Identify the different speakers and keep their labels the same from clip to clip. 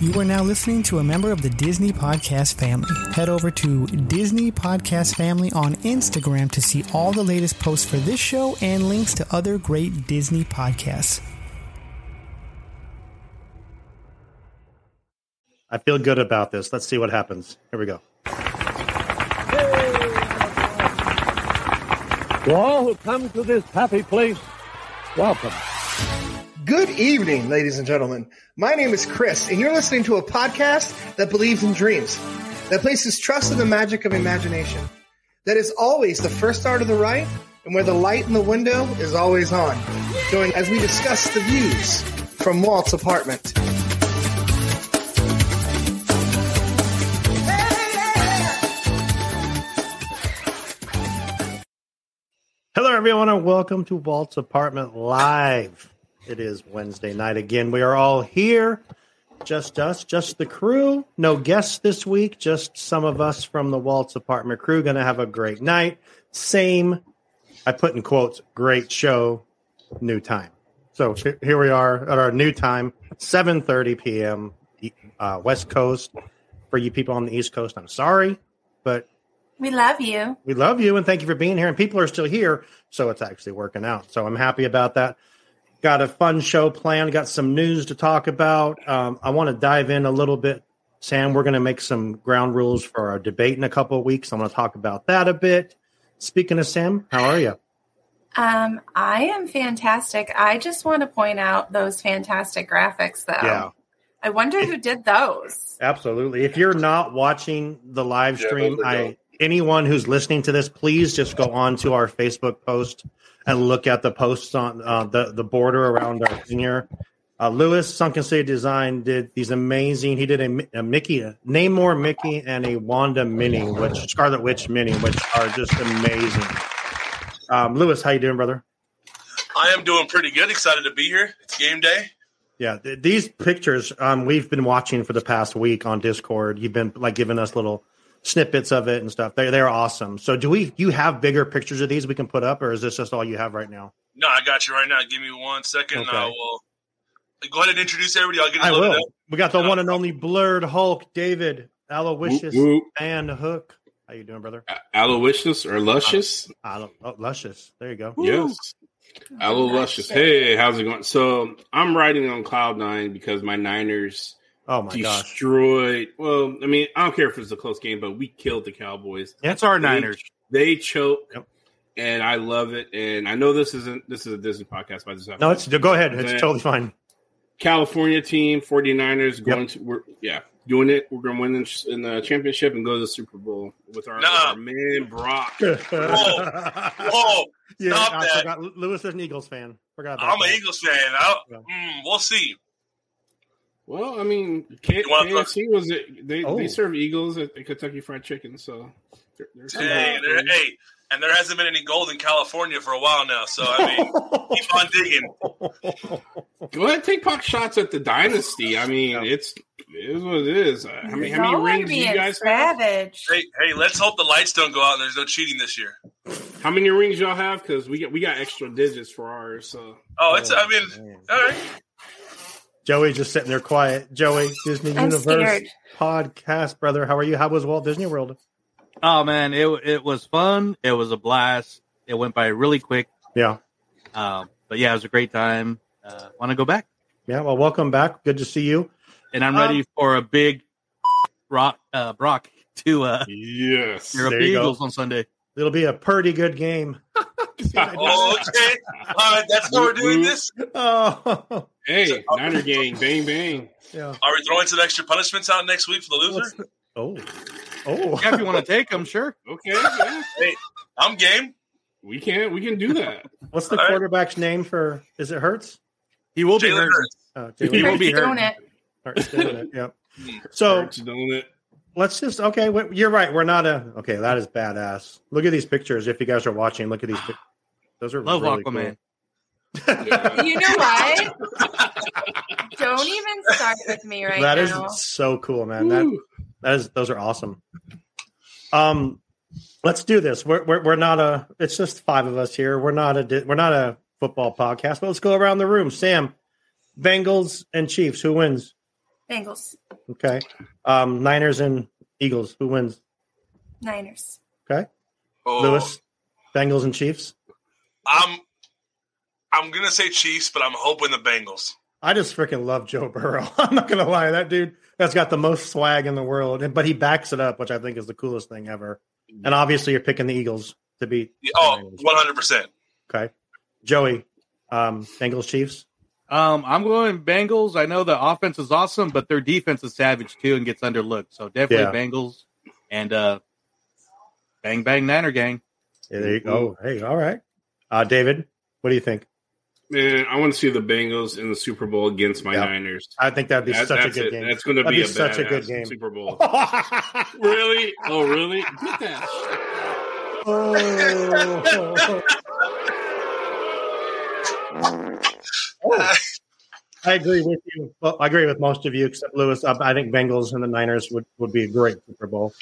Speaker 1: You are now listening to a member of the Disney Podcast family. Head over to Disney Podcast Family on Instagram to see all the latest posts for this show and links to other great Disney podcasts.
Speaker 2: I feel good about this. Let's see what happens. Here we go.
Speaker 3: To all who come to this happy place, welcome.
Speaker 4: Good evening, ladies and gentlemen. My name is Chris, and you're listening to a podcast that believes in dreams, that places trust in the magic of imagination, that is always the first art of the right, and where the light in the window is always on. Join as we discuss the views from Walt's apartment.
Speaker 2: Hello, everyone, and welcome to Walt's Apartment Live. It is Wednesday night again. We are all here, just us, just the crew. No guests this week, just some of us from the Walt's Apartment crew. Going to have a great night. Same, I put in quotes, great show, new time. So he- here we are at our new time, 7.30 p.m. Uh, West Coast. For you people on the East Coast, I'm sorry, but
Speaker 5: We love you.
Speaker 2: we love you and thank you for being here. And people are still here, so it's actually working out. So I'm happy about that. Got a fun show planned. Got some news to talk about. Um, I want to dive in a little bit, Sam. We're going to make some ground rules for our debate in a couple of weeks. I'm going to talk about that a bit. Speaking of Sam, how are you?
Speaker 5: Um, I am fantastic. I just want to point out those fantastic graphics, though.
Speaker 2: Yeah.
Speaker 5: I wonder who did those.
Speaker 2: Absolutely. If you're not watching the live
Speaker 6: Yeah,
Speaker 2: stream,
Speaker 6: those are
Speaker 2: I
Speaker 6: dope.
Speaker 2: anyone who's listening to this, please just go on to our Facebook post and look at the posts on uh, the the border around our thing here. Uh, Lewis Sunken City Design did these amazing. He did a, Mi- a Mickey, a Namor Mickey, and a Wanda Mini, which Scarlet Witch Mini, which are just amazing. Um, Lewis, how you doing, brother?
Speaker 6: I am doing pretty good. Excited to be here. It's game day.
Speaker 2: Yeah, th- these pictures um, we've been watching for the past week on Discord. You've been like giving us little snippets of it and stuff. They they're awesome. So do we? You have bigger pictures of these we can put up, or is this just all you have right now?
Speaker 6: No, I got you right now. Give me one second.
Speaker 2: Okay.
Speaker 6: I will go ahead and introduce everybody. I'll get it
Speaker 2: I
Speaker 6: loaded
Speaker 2: will.
Speaker 6: up.
Speaker 2: We got the
Speaker 6: Yeah.
Speaker 2: one and only blurred Hulk, David Aloysius
Speaker 7: Whoop, whoop.
Speaker 2: and Hook. How you doing, brother?
Speaker 7: A- Aloysius or Luscious?
Speaker 2: Alo- oh, luscious. There you go.
Speaker 7: Yes. Alo Luscious. Hey, how's it going? So I'm riding on Cloud Nine because my Niners
Speaker 2: Oh my gosh.
Speaker 7: destroyed. Well, I mean, I don't care if it's a close game, but we killed the Cowboys.
Speaker 2: That's
Speaker 7: our Niners. They choke.
Speaker 2: Yep.
Speaker 7: And I love it. And I know this isn't this is a Disney podcast, but I just have
Speaker 2: No,
Speaker 7: to-
Speaker 2: it's go ahead. It's
Speaker 7: Man.
Speaker 2: totally fine.
Speaker 7: California team, 49ers going to we're yeah, doing it. We're gonna win in, in the championship and go to the Super Bowl with our, with
Speaker 6: Nah.
Speaker 7: our man Brock.
Speaker 6: Whoa,
Speaker 2: yeah,
Speaker 6: stop
Speaker 2: I
Speaker 6: that.
Speaker 2: forgot. Lewis is an Eagles fan. Forgot. About
Speaker 6: I'm an
Speaker 2: that.
Speaker 6: Eagles fan. I'll,
Speaker 2: Yeah.
Speaker 6: mm, we'll see.
Speaker 7: Well, I mean, K-
Speaker 6: You wanna
Speaker 7: KFC was it? They
Speaker 2: Oh.
Speaker 7: they serve Eagles at the Kentucky Fried Chicken, so they're, they're
Speaker 6: Hey, there, hey, and there hasn't been any gold in California for a while now. So I mean, keep on digging.
Speaker 7: go ahead, take pop shots at the dynasty. I mean,
Speaker 2: Yeah.
Speaker 7: it's it is what it is. I mean, how
Speaker 5: No
Speaker 7: many
Speaker 5: one
Speaker 7: rings do you
Speaker 5: being
Speaker 7: guys have?
Speaker 5: savage.
Speaker 6: Hey, hey, let's hope the lights don't go out and there's no cheating this year.
Speaker 7: How many rings y'all have? Because we got we got extra digits for ours. So
Speaker 6: Oh, it's. I mean,
Speaker 2: Man.
Speaker 6: all right.
Speaker 2: Joey just sitting there quiet. Joey, Disney
Speaker 5: I'm
Speaker 2: Universe
Speaker 5: scared.
Speaker 2: podcast, brother. How are you? How was Walt Disney World?
Speaker 8: Oh man, it it was fun. It was a blast. It went by really quick.
Speaker 2: Yeah.
Speaker 8: Um, but yeah, it was a great time. Uh, Want to go back?
Speaker 2: Yeah. Well, welcome back. Good to see you.
Speaker 8: And I'm
Speaker 3: Um,
Speaker 8: ready for a big Brock uh, Brock to uh,
Speaker 7: yes,
Speaker 8: Europe
Speaker 2: There you go.
Speaker 8: Eagles on Sunday.
Speaker 2: It'll be a pretty good game.
Speaker 6: Oh, okay. All right. That's why we're doing this.
Speaker 2: Oh,
Speaker 7: hey, Niner gang, bang bang.
Speaker 2: yeah.
Speaker 6: Are we throwing some extra punishments out next week for the loser?
Speaker 2: What's the- Oh, oh.
Speaker 8: Yeah, if you want to take them, sure.
Speaker 7: Okay, yeah,
Speaker 6: I'm game.
Speaker 7: we can we can do that.
Speaker 2: What's the
Speaker 6: All right.
Speaker 2: quarterback's name for? Is it Hurts?
Speaker 8: He will be
Speaker 6: Jalen
Speaker 8: hurt.
Speaker 6: Hurts.
Speaker 2: Uh,
Speaker 7: He will
Speaker 8: be
Speaker 5: Doing
Speaker 8: hurt.
Speaker 5: it.
Speaker 2: Hurts doing it, Yep. So
Speaker 7: Hurts doing it.
Speaker 2: let's just okay. wait, You're right. We're not a okay. That is badass. Look at these pictures. If you guys are watching, look at these. pic- Those are
Speaker 8: Love
Speaker 2: really
Speaker 8: Aquaman.
Speaker 7: Yeah.
Speaker 5: You know what? Don't even start with me right
Speaker 2: Cool. That is
Speaker 5: now.
Speaker 2: so cool, man. That
Speaker 7: Woo.
Speaker 2: That is, those are awesome. Um, let's do this. We're, we're we're not a. It's just five of us here. We're not a. di- We're not a football podcast. But let's go around the room. Sam, Bengals and Chiefs. Who wins?
Speaker 5: Bengals,
Speaker 2: Okay. Um, Niners and Eagles. Who wins?
Speaker 5: Niners.
Speaker 2: Okay.
Speaker 6: Oh,
Speaker 2: Lewis, Bengals and Chiefs.
Speaker 6: I'm I'm gonna say Chiefs, but I'm hoping the Bengals.
Speaker 2: I just freaking love Joe Burrow. I'm not gonna lie, that dude that's got the most swag in the world, and but he backs it up, which I think is the coolest thing ever. And obviously, you're picking the Eagles to beat.
Speaker 6: Yeah, Oh, 100 percent.
Speaker 2: Okay, Joey, um, Bengals Chiefs.
Speaker 8: Um, I'm going Bengals. I know the offense is awesome, but their defense is savage too and gets underlooked. So definitely
Speaker 2: Yeah.
Speaker 8: Bengals and uh, bang bang Niner gang.
Speaker 2: Yeah, there you go. Oh, hey, all right. Uh, David, what do you think?
Speaker 7: Man, I want to see the Bengals in the Super Bowl against my
Speaker 2: Yeah.
Speaker 7: Niners.
Speaker 2: I think that'd be
Speaker 7: That-
Speaker 2: such a
Speaker 7: that's
Speaker 2: good
Speaker 7: it.
Speaker 2: game.
Speaker 7: That's going to
Speaker 2: That'd
Speaker 7: be,
Speaker 2: be
Speaker 7: a
Speaker 2: such a good
Speaker 7: badass
Speaker 2: game.
Speaker 7: Super Bowl. really? Oh, really? Get that.
Speaker 2: Oh. I agree with you. Well, I agree with most of you except Lewis. I, I think Bengals and the Niners would, would be a great Super Bowl.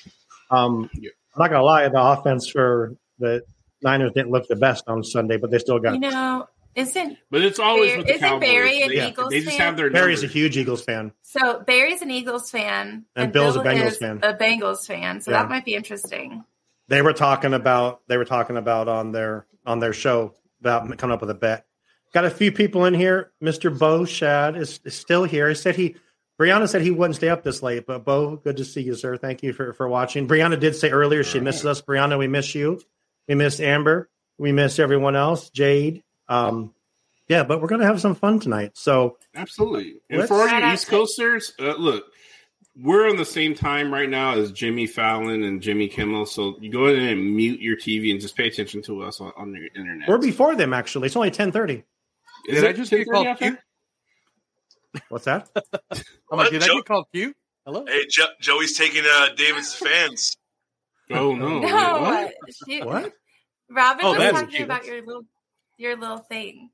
Speaker 2: Um, I'm not gonna lie, the offense for the Niners didn't look the best on Sunday, but they still got.
Speaker 5: You know, isn't
Speaker 7: But it's always with the
Speaker 5: Isn't
Speaker 7: Cowboys.
Speaker 5: Barry an
Speaker 7: they,
Speaker 5: Eagles
Speaker 7: they just
Speaker 5: fan?
Speaker 7: have their
Speaker 2: Barry's a
Speaker 7: numbers.
Speaker 2: huge Eagles fan.
Speaker 5: so? Barry's an Eagles fan,
Speaker 2: And Bill's a
Speaker 5: Bill
Speaker 2: Bengals
Speaker 5: is
Speaker 2: fan.
Speaker 5: A Bengals fan, so
Speaker 2: Yeah.
Speaker 5: that might be interesting.
Speaker 2: They were talking about they were talking about on their on their show about coming up with a bet. Got a few people in here. Mister Bo Shad is, is still here. He said he. Brianna said he wouldn't stay up this late, but Bo, good to see you, sir. Thank you for, for watching. Brianna did say earlier she misses us. Brianna, we miss you. We miss Amber. We miss everyone else. Jade. Um, yeah, but we're gonna have some fun tonight. So
Speaker 7: Absolutely. And
Speaker 2: Let's-
Speaker 7: for all
Speaker 5: Shout
Speaker 7: you
Speaker 5: out
Speaker 7: East
Speaker 5: to-
Speaker 7: Coasters, uh, look, we're on the same time right now as Jimmy Fallon and Jimmy Kimmel. So you go in and mute your TV and just pay attention to us on, on the internet.
Speaker 2: we're before them actually. It's only ten thirty.
Speaker 7: Is
Speaker 8: Did I
Speaker 7: it
Speaker 8: just get
Speaker 7: 10:30
Speaker 8: called
Speaker 7: out
Speaker 8: cute?
Speaker 2: What's that?
Speaker 8: I'm like,
Speaker 6: What,
Speaker 8: did I
Speaker 6: Joe?
Speaker 8: get called cute? Hello.
Speaker 6: Hey, jo- Joey's taking uh, David's fans.
Speaker 7: there? Oh, no. Wait,
Speaker 5: no, uh,
Speaker 7: what?
Speaker 5: she-
Speaker 2: What?
Speaker 5: Robin
Speaker 8: Oh,
Speaker 5: was
Speaker 8: that's
Speaker 5: talking
Speaker 8: cute.
Speaker 5: about your little your little thing.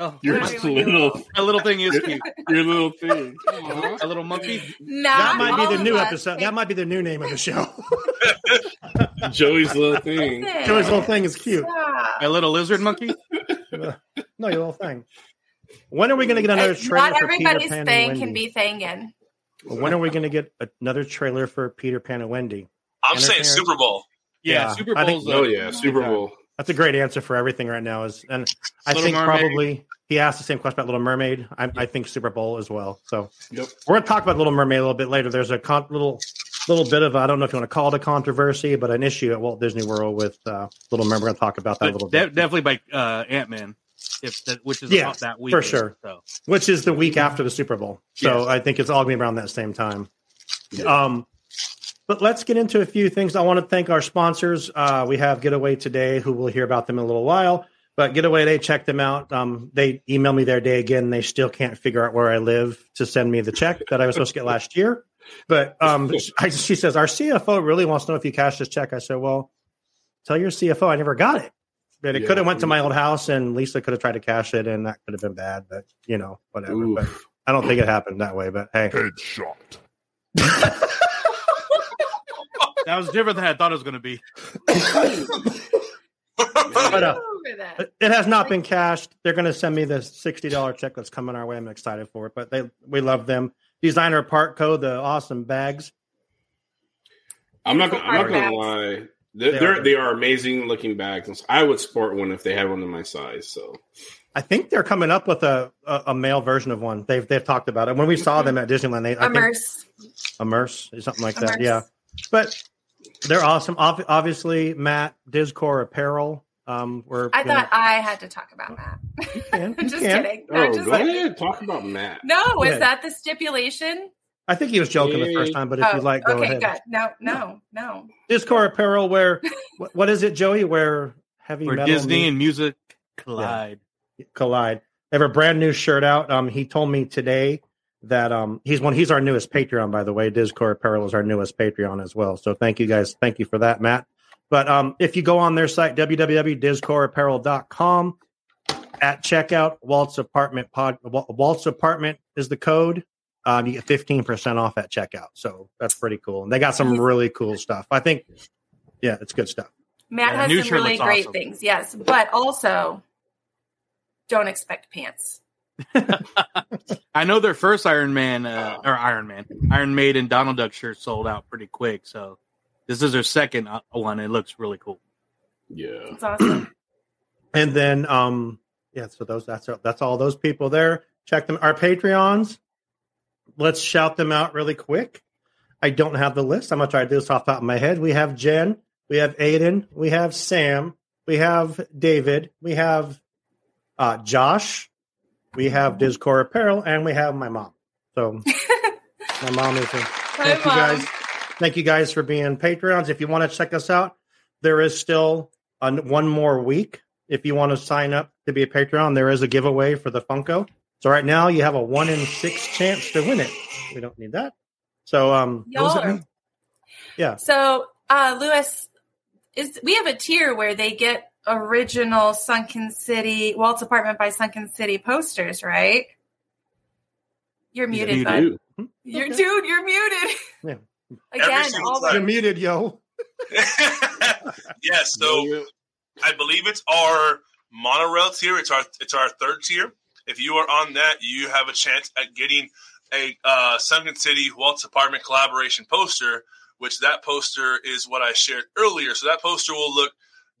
Speaker 8: Oh,
Speaker 7: Your
Speaker 5: Whatever you
Speaker 7: little,
Speaker 8: that little thing is cute.
Speaker 7: your little thing. Aw.
Speaker 8: A little monkey.
Speaker 2: That
Speaker 5: Not
Speaker 2: might be
Speaker 5: all
Speaker 2: the new
Speaker 5: of us
Speaker 2: episode.
Speaker 5: think
Speaker 2: That might be the new name of the show.
Speaker 7: Joey's little thing.
Speaker 5: that's it.
Speaker 2: Joey's little thing is cute.
Speaker 5: Stop.
Speaker 8: A little lizard monkey.
Speaker 2: No, your little thing. When are we going to get another
Speaker 5: Hey,
Speaker 2: trailer
Speaker 5: Not
Speaker 2: for Peter
Speaker 5: everybody's
Speaker 2: Pan and
Speaker 5: thing
Speaker 2: Wendy?
Speaker 5: can be thingin'.
Speaker 2: When are we going to get another trailer for Peter Pan and Wendy?
Speaker 6: I'm
Speaker 2: And
Speaker 6: saying
Speaker 2: her parents.
Speaker 6: Super Bowl.
Speaker 8: Yeah,
Speaker 2: Yeah,
Speaker 8: Super
Speaker 2: I think-
Speaker 8: Bowl's uh,
Speaker 7: Oh,
Speaker 8: a
Speaker 7: yeah. Super Bowl.
Speaker 2: That's a great answer for everything right now. Is and I
Speaker 8: Little
Speaker 2: think
Speaker 8: Mermaid.
Speaker 2: probably he asked the same question about Little Mermaid. I, I think Super Bowl as well. So
Speaker 7: Yep.
Speaker 2: we're going to talk about Little Mermaid a little bit later. There's a con- little little bit of I don't know if you want to call it a controversy, but an issue at Walt Disney World with uh, Little Mermaid. We're going to talk about that a
Speaker 8: but
Speaker 2: little
Speaker 8: de-
Speaker 2: bit,
Speaker 8: definitely by uh, Ant Man, if that, which is
Speaker 2: Yeah,
Speaker 8: about that week
Speaker 2: sure.
Speaker 8: So
Speaker 2: which is the week after the Super Bowl. So
Speaker 8: Yes.
Speaker 2: I think it's all going to be around that same time. Um, but let's get into a few things. I want to thank our sponsors. Uh, we have Getaway Today, who we'll hear about them in a little while. But Getaway Today, check them out. Um, they emailed me their day again. They still can't figure out where I live to send me the check that I was supposed to get last year. But um, I, she says, Our CFO really wants to know if you cashed this check. I said, Well, tell your CFO I never got it. But it
Speaker 7: Yeah.
Speaker 2: could have went to my old house, and Lisa could have tried to cash it, and that could have been bad. But you know, whatever. But
Speaker 7: Oof.
Speaker 2: I don't think it happened that way. But hey,
Speaker 8: that was different than I thought it was going to be.
Speaker 2: But, uh,
Speaker 5: Over that.
Speaker 2: It has not been cashed. They're going to send me the sixty dollar check that's coming our way. I'm excited for it, but they we love them. Designer Part Co. The awesome bags.
Speaker 7: I'm not. Gonna, I'm not
Speaker 5: Beautiful
Speaker 7: gonna
Speaker 5: hard
Speaker 7: lie. They're,
Speaker 2: They
Speaker 7: they
Speaker 2: are
Speaker 7: are, they are amazing looking bags. I would sport one if they had one of my size. So
Speaker 2: I think they're coming up with a, a a male version of one. They've they've talked about it when we saw them at Disneyland. They I think-
Speaker 5: Immerse.
Speaker 2: immerse or something like
Speaker 5: Immerse.
Speaker 2: that. Yeah, but they're awesome. Ob- obviously, Matt Discor Apparel. Um, we're
Speaker 5: I
Speaker 2: gonna-
Speaker 5: thought I had to talk about that.
Speaker 2: can, you
Speaker 5: just
Speaker 2: can.
Speaker 5: kidding.
Speaker 7: oh,
Speaker 5: I'm just
Speaker 7: go
Speaker 5: like-
Speaker 7: ahead. Talk about Matt.
Speaker 5: No,
Speaker 2: Yeah.
Speaker 5: is that the stipulation?
Speaker 2: I think he was joking the first time, but if
Speaker 5: Oh,
Speaker 2: you'd like, go
Speaker 5: okay,
Speaker 2: ahead.
Speaker 5: good. No, no, no.
Speaker 2: Discor Apparel, where what, what is it, Joey? Where heavy
Speaker 8: Where
Speaker 2: metal
Speaker 8: Disney
Speaker 2: meets-
Speaker 8: and music collide.
Speaker 2: collide. They have a brand new shirt out. Um, he told me today that um he's one he's our newest Patreon, by the way. Discord Apparel is our newest Patreon as well. So thank you guys. Thank you for that, Matt. But um if you go on their site, www.discordapparel.com at checkout, Walt's apartment pod Wa- Walt's apartment is the code. Um, you get fifteen percent off at checkout. So that's pretty cool. And they got some really cool stuff. I think yeah, it's good stuff.
Speaker 5: Matt
Speaker 8: Yeah,
Speaker 5: has
Speaker 8: new
Speaker 5: some
Speaker 8: shirt
Speaker 5: really
Speaker 8: looks
Speaker 5: great
Speaker 8: awesome.
Speaker 5: things, yes, but also don't expect pants.
Speaker 8: I know their first Iron Man uh, or Iron Man, Iron Maiden Donald Duck shirt sold out pretty quick. So this is their second uh, one. It looks really cool.
Speaker 7: Yeah.
Speaker 5: It's awesome.
Speaker 2: And then, um, yeah. So those that's that's all those people there. Check them. Our Patreons. Let's shout them out really quick. I don't have the list. I'm gonna try to do this off the top of my head. We have Jen. We have Aiden. We have Sam. We have David. We have uh, Josh. We have Discord Apparel, and we have my mom. So my mom is. A, thank
Speaker 5: um,
Speaker 2: you guys. Thank you guys for being Patreons. If you want to check us out, there is still an, one more week. If you want to sign up to be a Patreon, there is a giveaway for the Funko. So right now you have a one in six chance to win it. We don't need that. So um,
Speaker 5: Y'all
Speaker 2: what was it?
Speaker 5: are-
Speaker 2: yeah,
Speaker 5: So, uh, Lewis, is we have a tier where they get original Sunken City Waltz Apartment by Sunken City posters, right? You're muted,
Speaker 7: You
Speaker 5: bud.
Speaker 7: do.
Speaker 5: You're
Speaker 2: Okay.
Speaker 5: dude, you're muted.
Speaker 2: Yeah.
Speaker 6: Every
Speaker 5: Again,
Speaker 6: single
Speaker 5: all
Speaker 6: time.
Speaker 2: you're
Speaker 5: the
Speaker 2: muted, yo.
Speaker 6: yeah, so I believe it's our monorail tier. It's our it's our third tier. If you are on that, you have a chance at getting a uh, Sunken City Waltz Apartment collaboration poster, which that poster is what I shared earlier. So that poster will look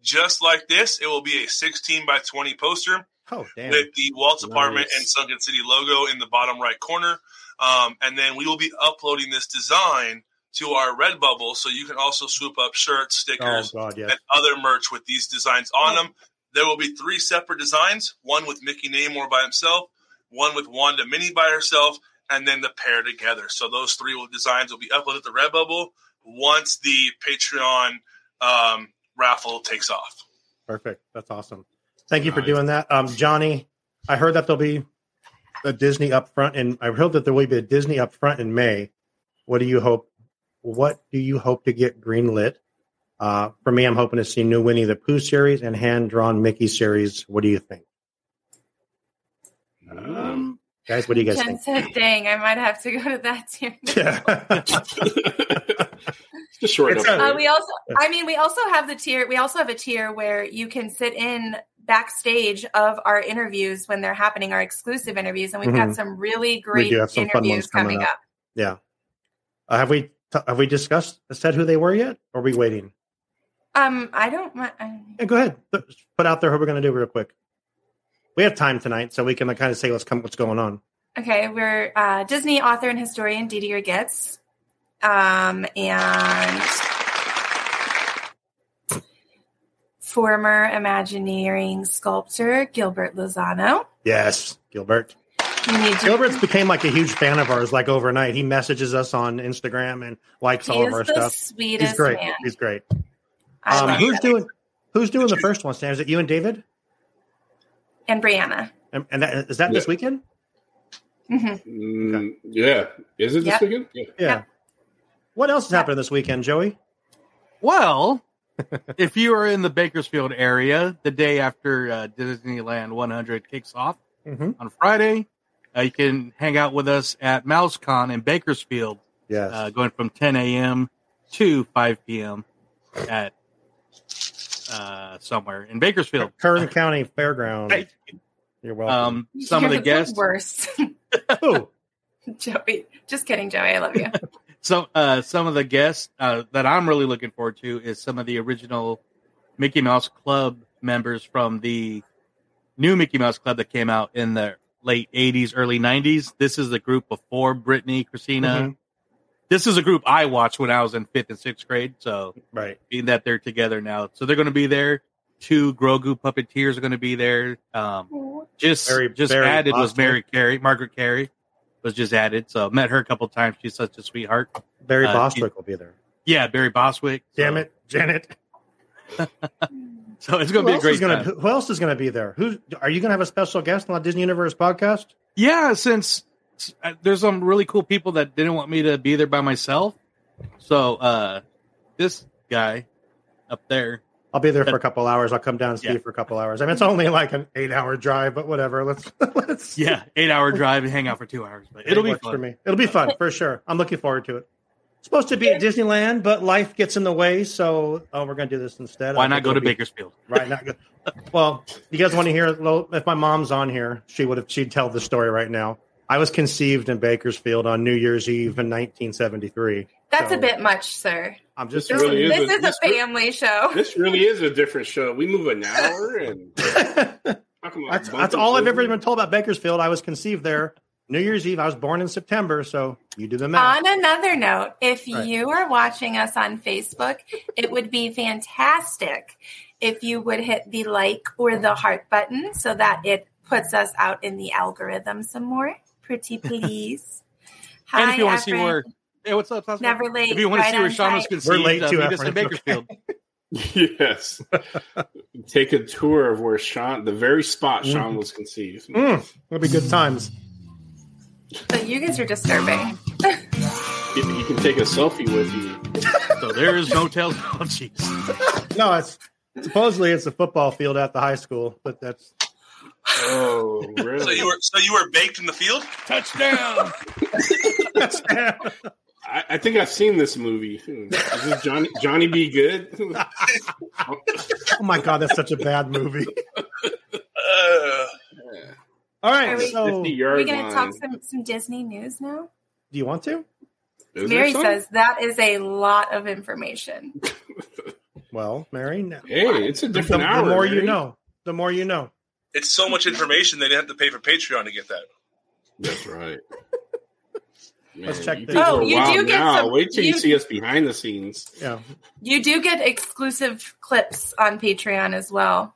Speaker 6: just like this. It will be a 16 by 20 poster
Speaker 2: Oh damn!
Speaker 6: with the Waltz Apartment
Speaker 7: Nice.
Speaker 6: and Sunken City logo in the bottom right corner. Um, and then we will be uploading this design to our Redbubble, so you can also swoop up shirts,
Speaker 2: Oh
Speaker 6: stickers,
Speaker 2: god, yeah.
Speaker 6: and other merch with these designs on them. There will be three separate designs: one with Mickey Namor by himself, one with Wanda Mini by herself, and then the pair together. So those three will, designs will be uploaded to Redbubble once the Patreon um, raffle takes off.
Speaker 2: Perfect. That's awesome. Thank you for
Speaker 7: Nice.
Speaker 2: doing that, um, Johnny. I heard that there'll be a Disney up front, and I heard that there will be a Disney up front in May. What do you hope? What do you hope to get greenlit? Uh, for me, I'm hoping to see new Winnie the Pooh series and hand drawn Mickey series. What do you think, Mm.
Speaker 7: Um,
Speaker 2: guys? What do you guys
Speaker 5: Jen
Speaker 2: think?
Speaker 5: said, dang, I might have to go to that tier.
Speaker 2: Yeah.
Speaker 7: just short
Speaker 2: It's
Speaker 7: up.
Speaker 5: Uh, we also, I mean, we also have the tier. We also have a tier where you can sit in backstage of our interviews when they're happening, our exclusive interviews, and we've got some really great
Speaker 2: Mm-hmm. do have some fun
Speaker 5: interviews
Speaker 2: ones coming
Speaker 5: coming
Speaker 2: up.
Speaker 5: up.
Speaker 2: Uh, have we have we discussed said who they were yet? Or are we waiting?
Speaker 5: Um, I don't. mi- I,
Speaker 2: Yeah, go ahead. Th- Put out there who we're going to do real quick. We have time tonight, so we can like, kind of say what's come, what's going on.
Speaker 5: okay, we're uh, Disney author and historian Didier Gitz, um, and former Imagineering sculptor Gilbert Lozano.
Speaker 2: Yes, Gilbert.
Speaker 5: You need to-
Speaker 2: Gilbert's became like a huge fan of ours. Like overnight, he messages us on Instagram and likes
Speaker 5: he
Speaker 2: all
Speaker 5: is
Speaker 2: of our
Speaker 5: the
Speaker 2: stuff.
Speaker 5: sweetest
Speaker 2: He's great.
Speaker 5: man.
Speaker 2: He's great.
Speaker 5: I
Speaker 2: Um,
Speaker 5: love
Speaker 2: who's
Speaker 5: him.
Speaker 2: doing Who's doing the first one? Stan? Is it you and David?
Speaker 5: and Brianna.
Speaker 2: And, and that, is that this weekend?
Speaker 5: hmm
Speaker 7: Mm, yeah. Is it this
Speaker 5: Yep.
Speaker 7: weekend? Yeah.
Speaker 2: Yeah.
Speaker 5: Yeah.
Speaker 2: What else is happening this weekend, Joey?
Speaker 8: Well, if you are in the Bakersfield area, the day after uh, Disneyland 100 kicks off
Speaker 2: Mhm.
Speaker 8: on Friday, uh, you can hang out with us at MouseCon in Bakersfield,
Speaker 2: Yes.
Speaker 8: uh, going from 10 a.m. to 5 p.m. at uh, somewhere in Bakersfield.
Speaker 2: Kern County Fairgrounds.
Speaker 8: Right.
Speaker 2: You're welcome.
Speaker 8: Um, some of the
Speaker 5: You're
Speaker 8: guests,
Speaker 5: worst.
Speaker 8: Um,
Speaker 2: Ooh,
Speaker 5: Joey, just kidding, Joey. I love you.
Speaker 8: some uh, some of the guests uh, that I'm really looking forward to is some of the original Mickey Mouse Club members from the new Mickey Mouse Club that came out in the late 80s, early 90s. This is the group before Brittany, Christina.
Speaker 2: Mm-hmm.
Speaker 8: This is a group I watched when I was in fifth and sixth grade. So
Speaker 2: right.
Speaker 8: being that they're together now, so they're going to be there. Two Grogu puppeteers are going to be there. Um, just
Speaker 2: Very-
Speaker 8: just
Speaker 2: very
Speaker 8: added was
Speaker 2: positive.
Speaker 8: Mary Carey, Margaret Carey was just added. So met her a couple times. She's such a sweetheart.
Speaker 2: Barry
Speaker 8: Uh,
Speaker 2: Bostwick will be there.
Speaker 8: Yeah, Barry Boswick.
Speaker 2: Damn
Speaker 8: So-
Speaker 2: it, Janet.
Speaker 8: So it's
Speaker 2: who
Speaker 8: going to be a
Speaker 2: else
Speaker 8: great
Speaker 2: is gonna,
Speaker 8: time.
Speaker 2: Who else is going to be there? Who are you going to have a special guest on the Disney Universe podcast?
Speaker 8: Yeah, since uh, there's some really cool people that didn't want me to be there by myself. So uh this guy up there.
Speaker 2: I'll be there for a couple hours. I'll come down and see
Speaker 8: Yeah.
Speaker 2: you for a couple hours. I mean, it's only like an eight-hour drive, but whatever. Let's let's.
Speaker 8: Yeah, 8-hour drive and hang out for 2 hours, but it'll be
Speaker 2: works for
Speaker 8: fun.
Speaker 2: me. It'll be fun for sure. I'm looking forward to it. supposed to be at Disneyland, but life gets in the way, so oh, we're going to do this instead.
Speaker 8: Why
Speaker 2: I
Speaker 8: not
Speaker 2: think
Speaker 8: go to
Speaker 2: it'll be-
Speaker 8: Bakersfield?
Speaker 2: Right, not good. Well, you guys want to hear? well, If my mom's on here, she would have. She'd tell the story right now. I was conceived in Bakersfield on New Year's Eve in 1973.
Speaker 5: That's
Speaker 2: So,
Speaker 5: a bit much, sir.
Speaker 2: I'm just
Speaker 5: This,
Speaker 7: really is
Speaker 5: this
Speaker 7: a-
Speaker 5: is,
Speaker 7: this
Speaker 5: a
Speaker 7: re-
Speaker 5: family show.
Speaker 7: This really is a different show. We move an hour and How come I
Speaker 2: That's,
Speaker 7: bump
Speaker 2: that's all I've
Speaker 7: into
Speaker 2: ever
Speaker 7: you?
Speaker 2: been told about Bakersfield. I was conceived there. New Year's Eve. I was born in September, so you do the math.
Speaker 5: On another note, if
Speaker 2: Right.
Speaker 5: you are watching us on Facebook, it would be fantastic if you would hit the like or the heart button so that it puts us out in the algorithm some more. Pretty please. Hi,
Speaker 8: and if you want to see
Speaker 5: Efren.
Speaker 8: where, hey, what's up? Sasha?
Speaker 5: Never late.
Speaker 8: If you want to
Speaker 5: right
Speaker 8: see where
Speaker 5: on
Speaker 8: Sean was
Speaker 5: time.
Speaker 8: conceived,
Speaker 2: late
Speaker 8: uh,
Speaker 2: too,
Speaker 8: meet us
Speaker 2: Efren.
Speaker 8: in Bakersfield.
Speaker 7: Yes. Take a tour of where Sean, the very spot Sean was conceived.
Speaker 2: Mm-hmm. Mm, it'll be good times.
Speaker 5: So you guys are disturbing.
Speaker 7: You, you can take a selfie with you.
Speaker 8: so there is no tales. Oh, jeez.
Speaker 2: No, it's supposedly it's a football field at the high school, but that's
Speaker 7: Oh, really?
Speaker 6: So you were so you were baked in the field.
Speaker 8: Touchdown!
Speaker 2: oh
Speaker 7: I, I think I've seen this movie. Hmm. Is this Johnny Johnny B. Good?
Speaker 2: oh my god, that's such a bad movie.
Speaker 6: Uh,
Speaker 2: All
Speaker 5: Are
Speaker 2: right,
Speaker 5: we-
Speaker 7: 50
Speaker 2: so do
Speaker 5: Are
Speaker 7: yard
Speaker 5: we going to
Speaker 7: line.
Speaker 5: talk some, some Disney news now?
Speaker 2: you want to?
Speaker 7: Is there
Speaker 5: Mary
Speaker 7: some?
Speaker 5: says that is a lot of information.
Speaker 2: Well, Mary, no.
Speaker 7: "Hey, it's a
Speaker 2: the,
Speaker 7: different
Speaker 2: the
Speaker 7: hour."
Speaker 2: more you
Speaker 7: Mary.
Speaker 2: know, the more you know.
Speaker 6: it's so much information they didn't have to pay for Patreon to get that.
Speaker 7: That's right.
Speaker 2: Let's check this.
Speaker 7: think
Speaker 5: Oh,
Speaker 7: we're
Speaker 5: you
Speaker 7: wild
Speaker 5: do get
Speaker 7: now.
Speaker 5: some-
Speaker 7: Wait till you,
Speaker 5: you-
Speaker 7: see us behind the scenes.
Speaker 2: Yeah,
Speaker 5: You do get exclusive clips on Patreon as well.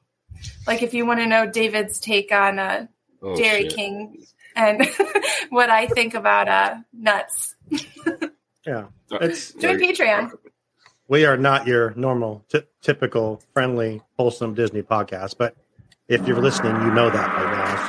Speaker 5: Like if you want to know David's take on uh,
Speaker 7: Oh,
Speaker 5: Dairy
Speaker 7: shit.
Speaker 5: King and what I think about uh, nuts,
Speaker 2: yeah.
Speaker 7: Uh,
Speaker 2: It's
Speaker 5: join
Speaker 7: Dairy-
Speaker 5: Patreon.
Speaker 2: we are not your normal, ty- typical, friendly, wholesome Disney podcast, but if you're listening, you know that by now,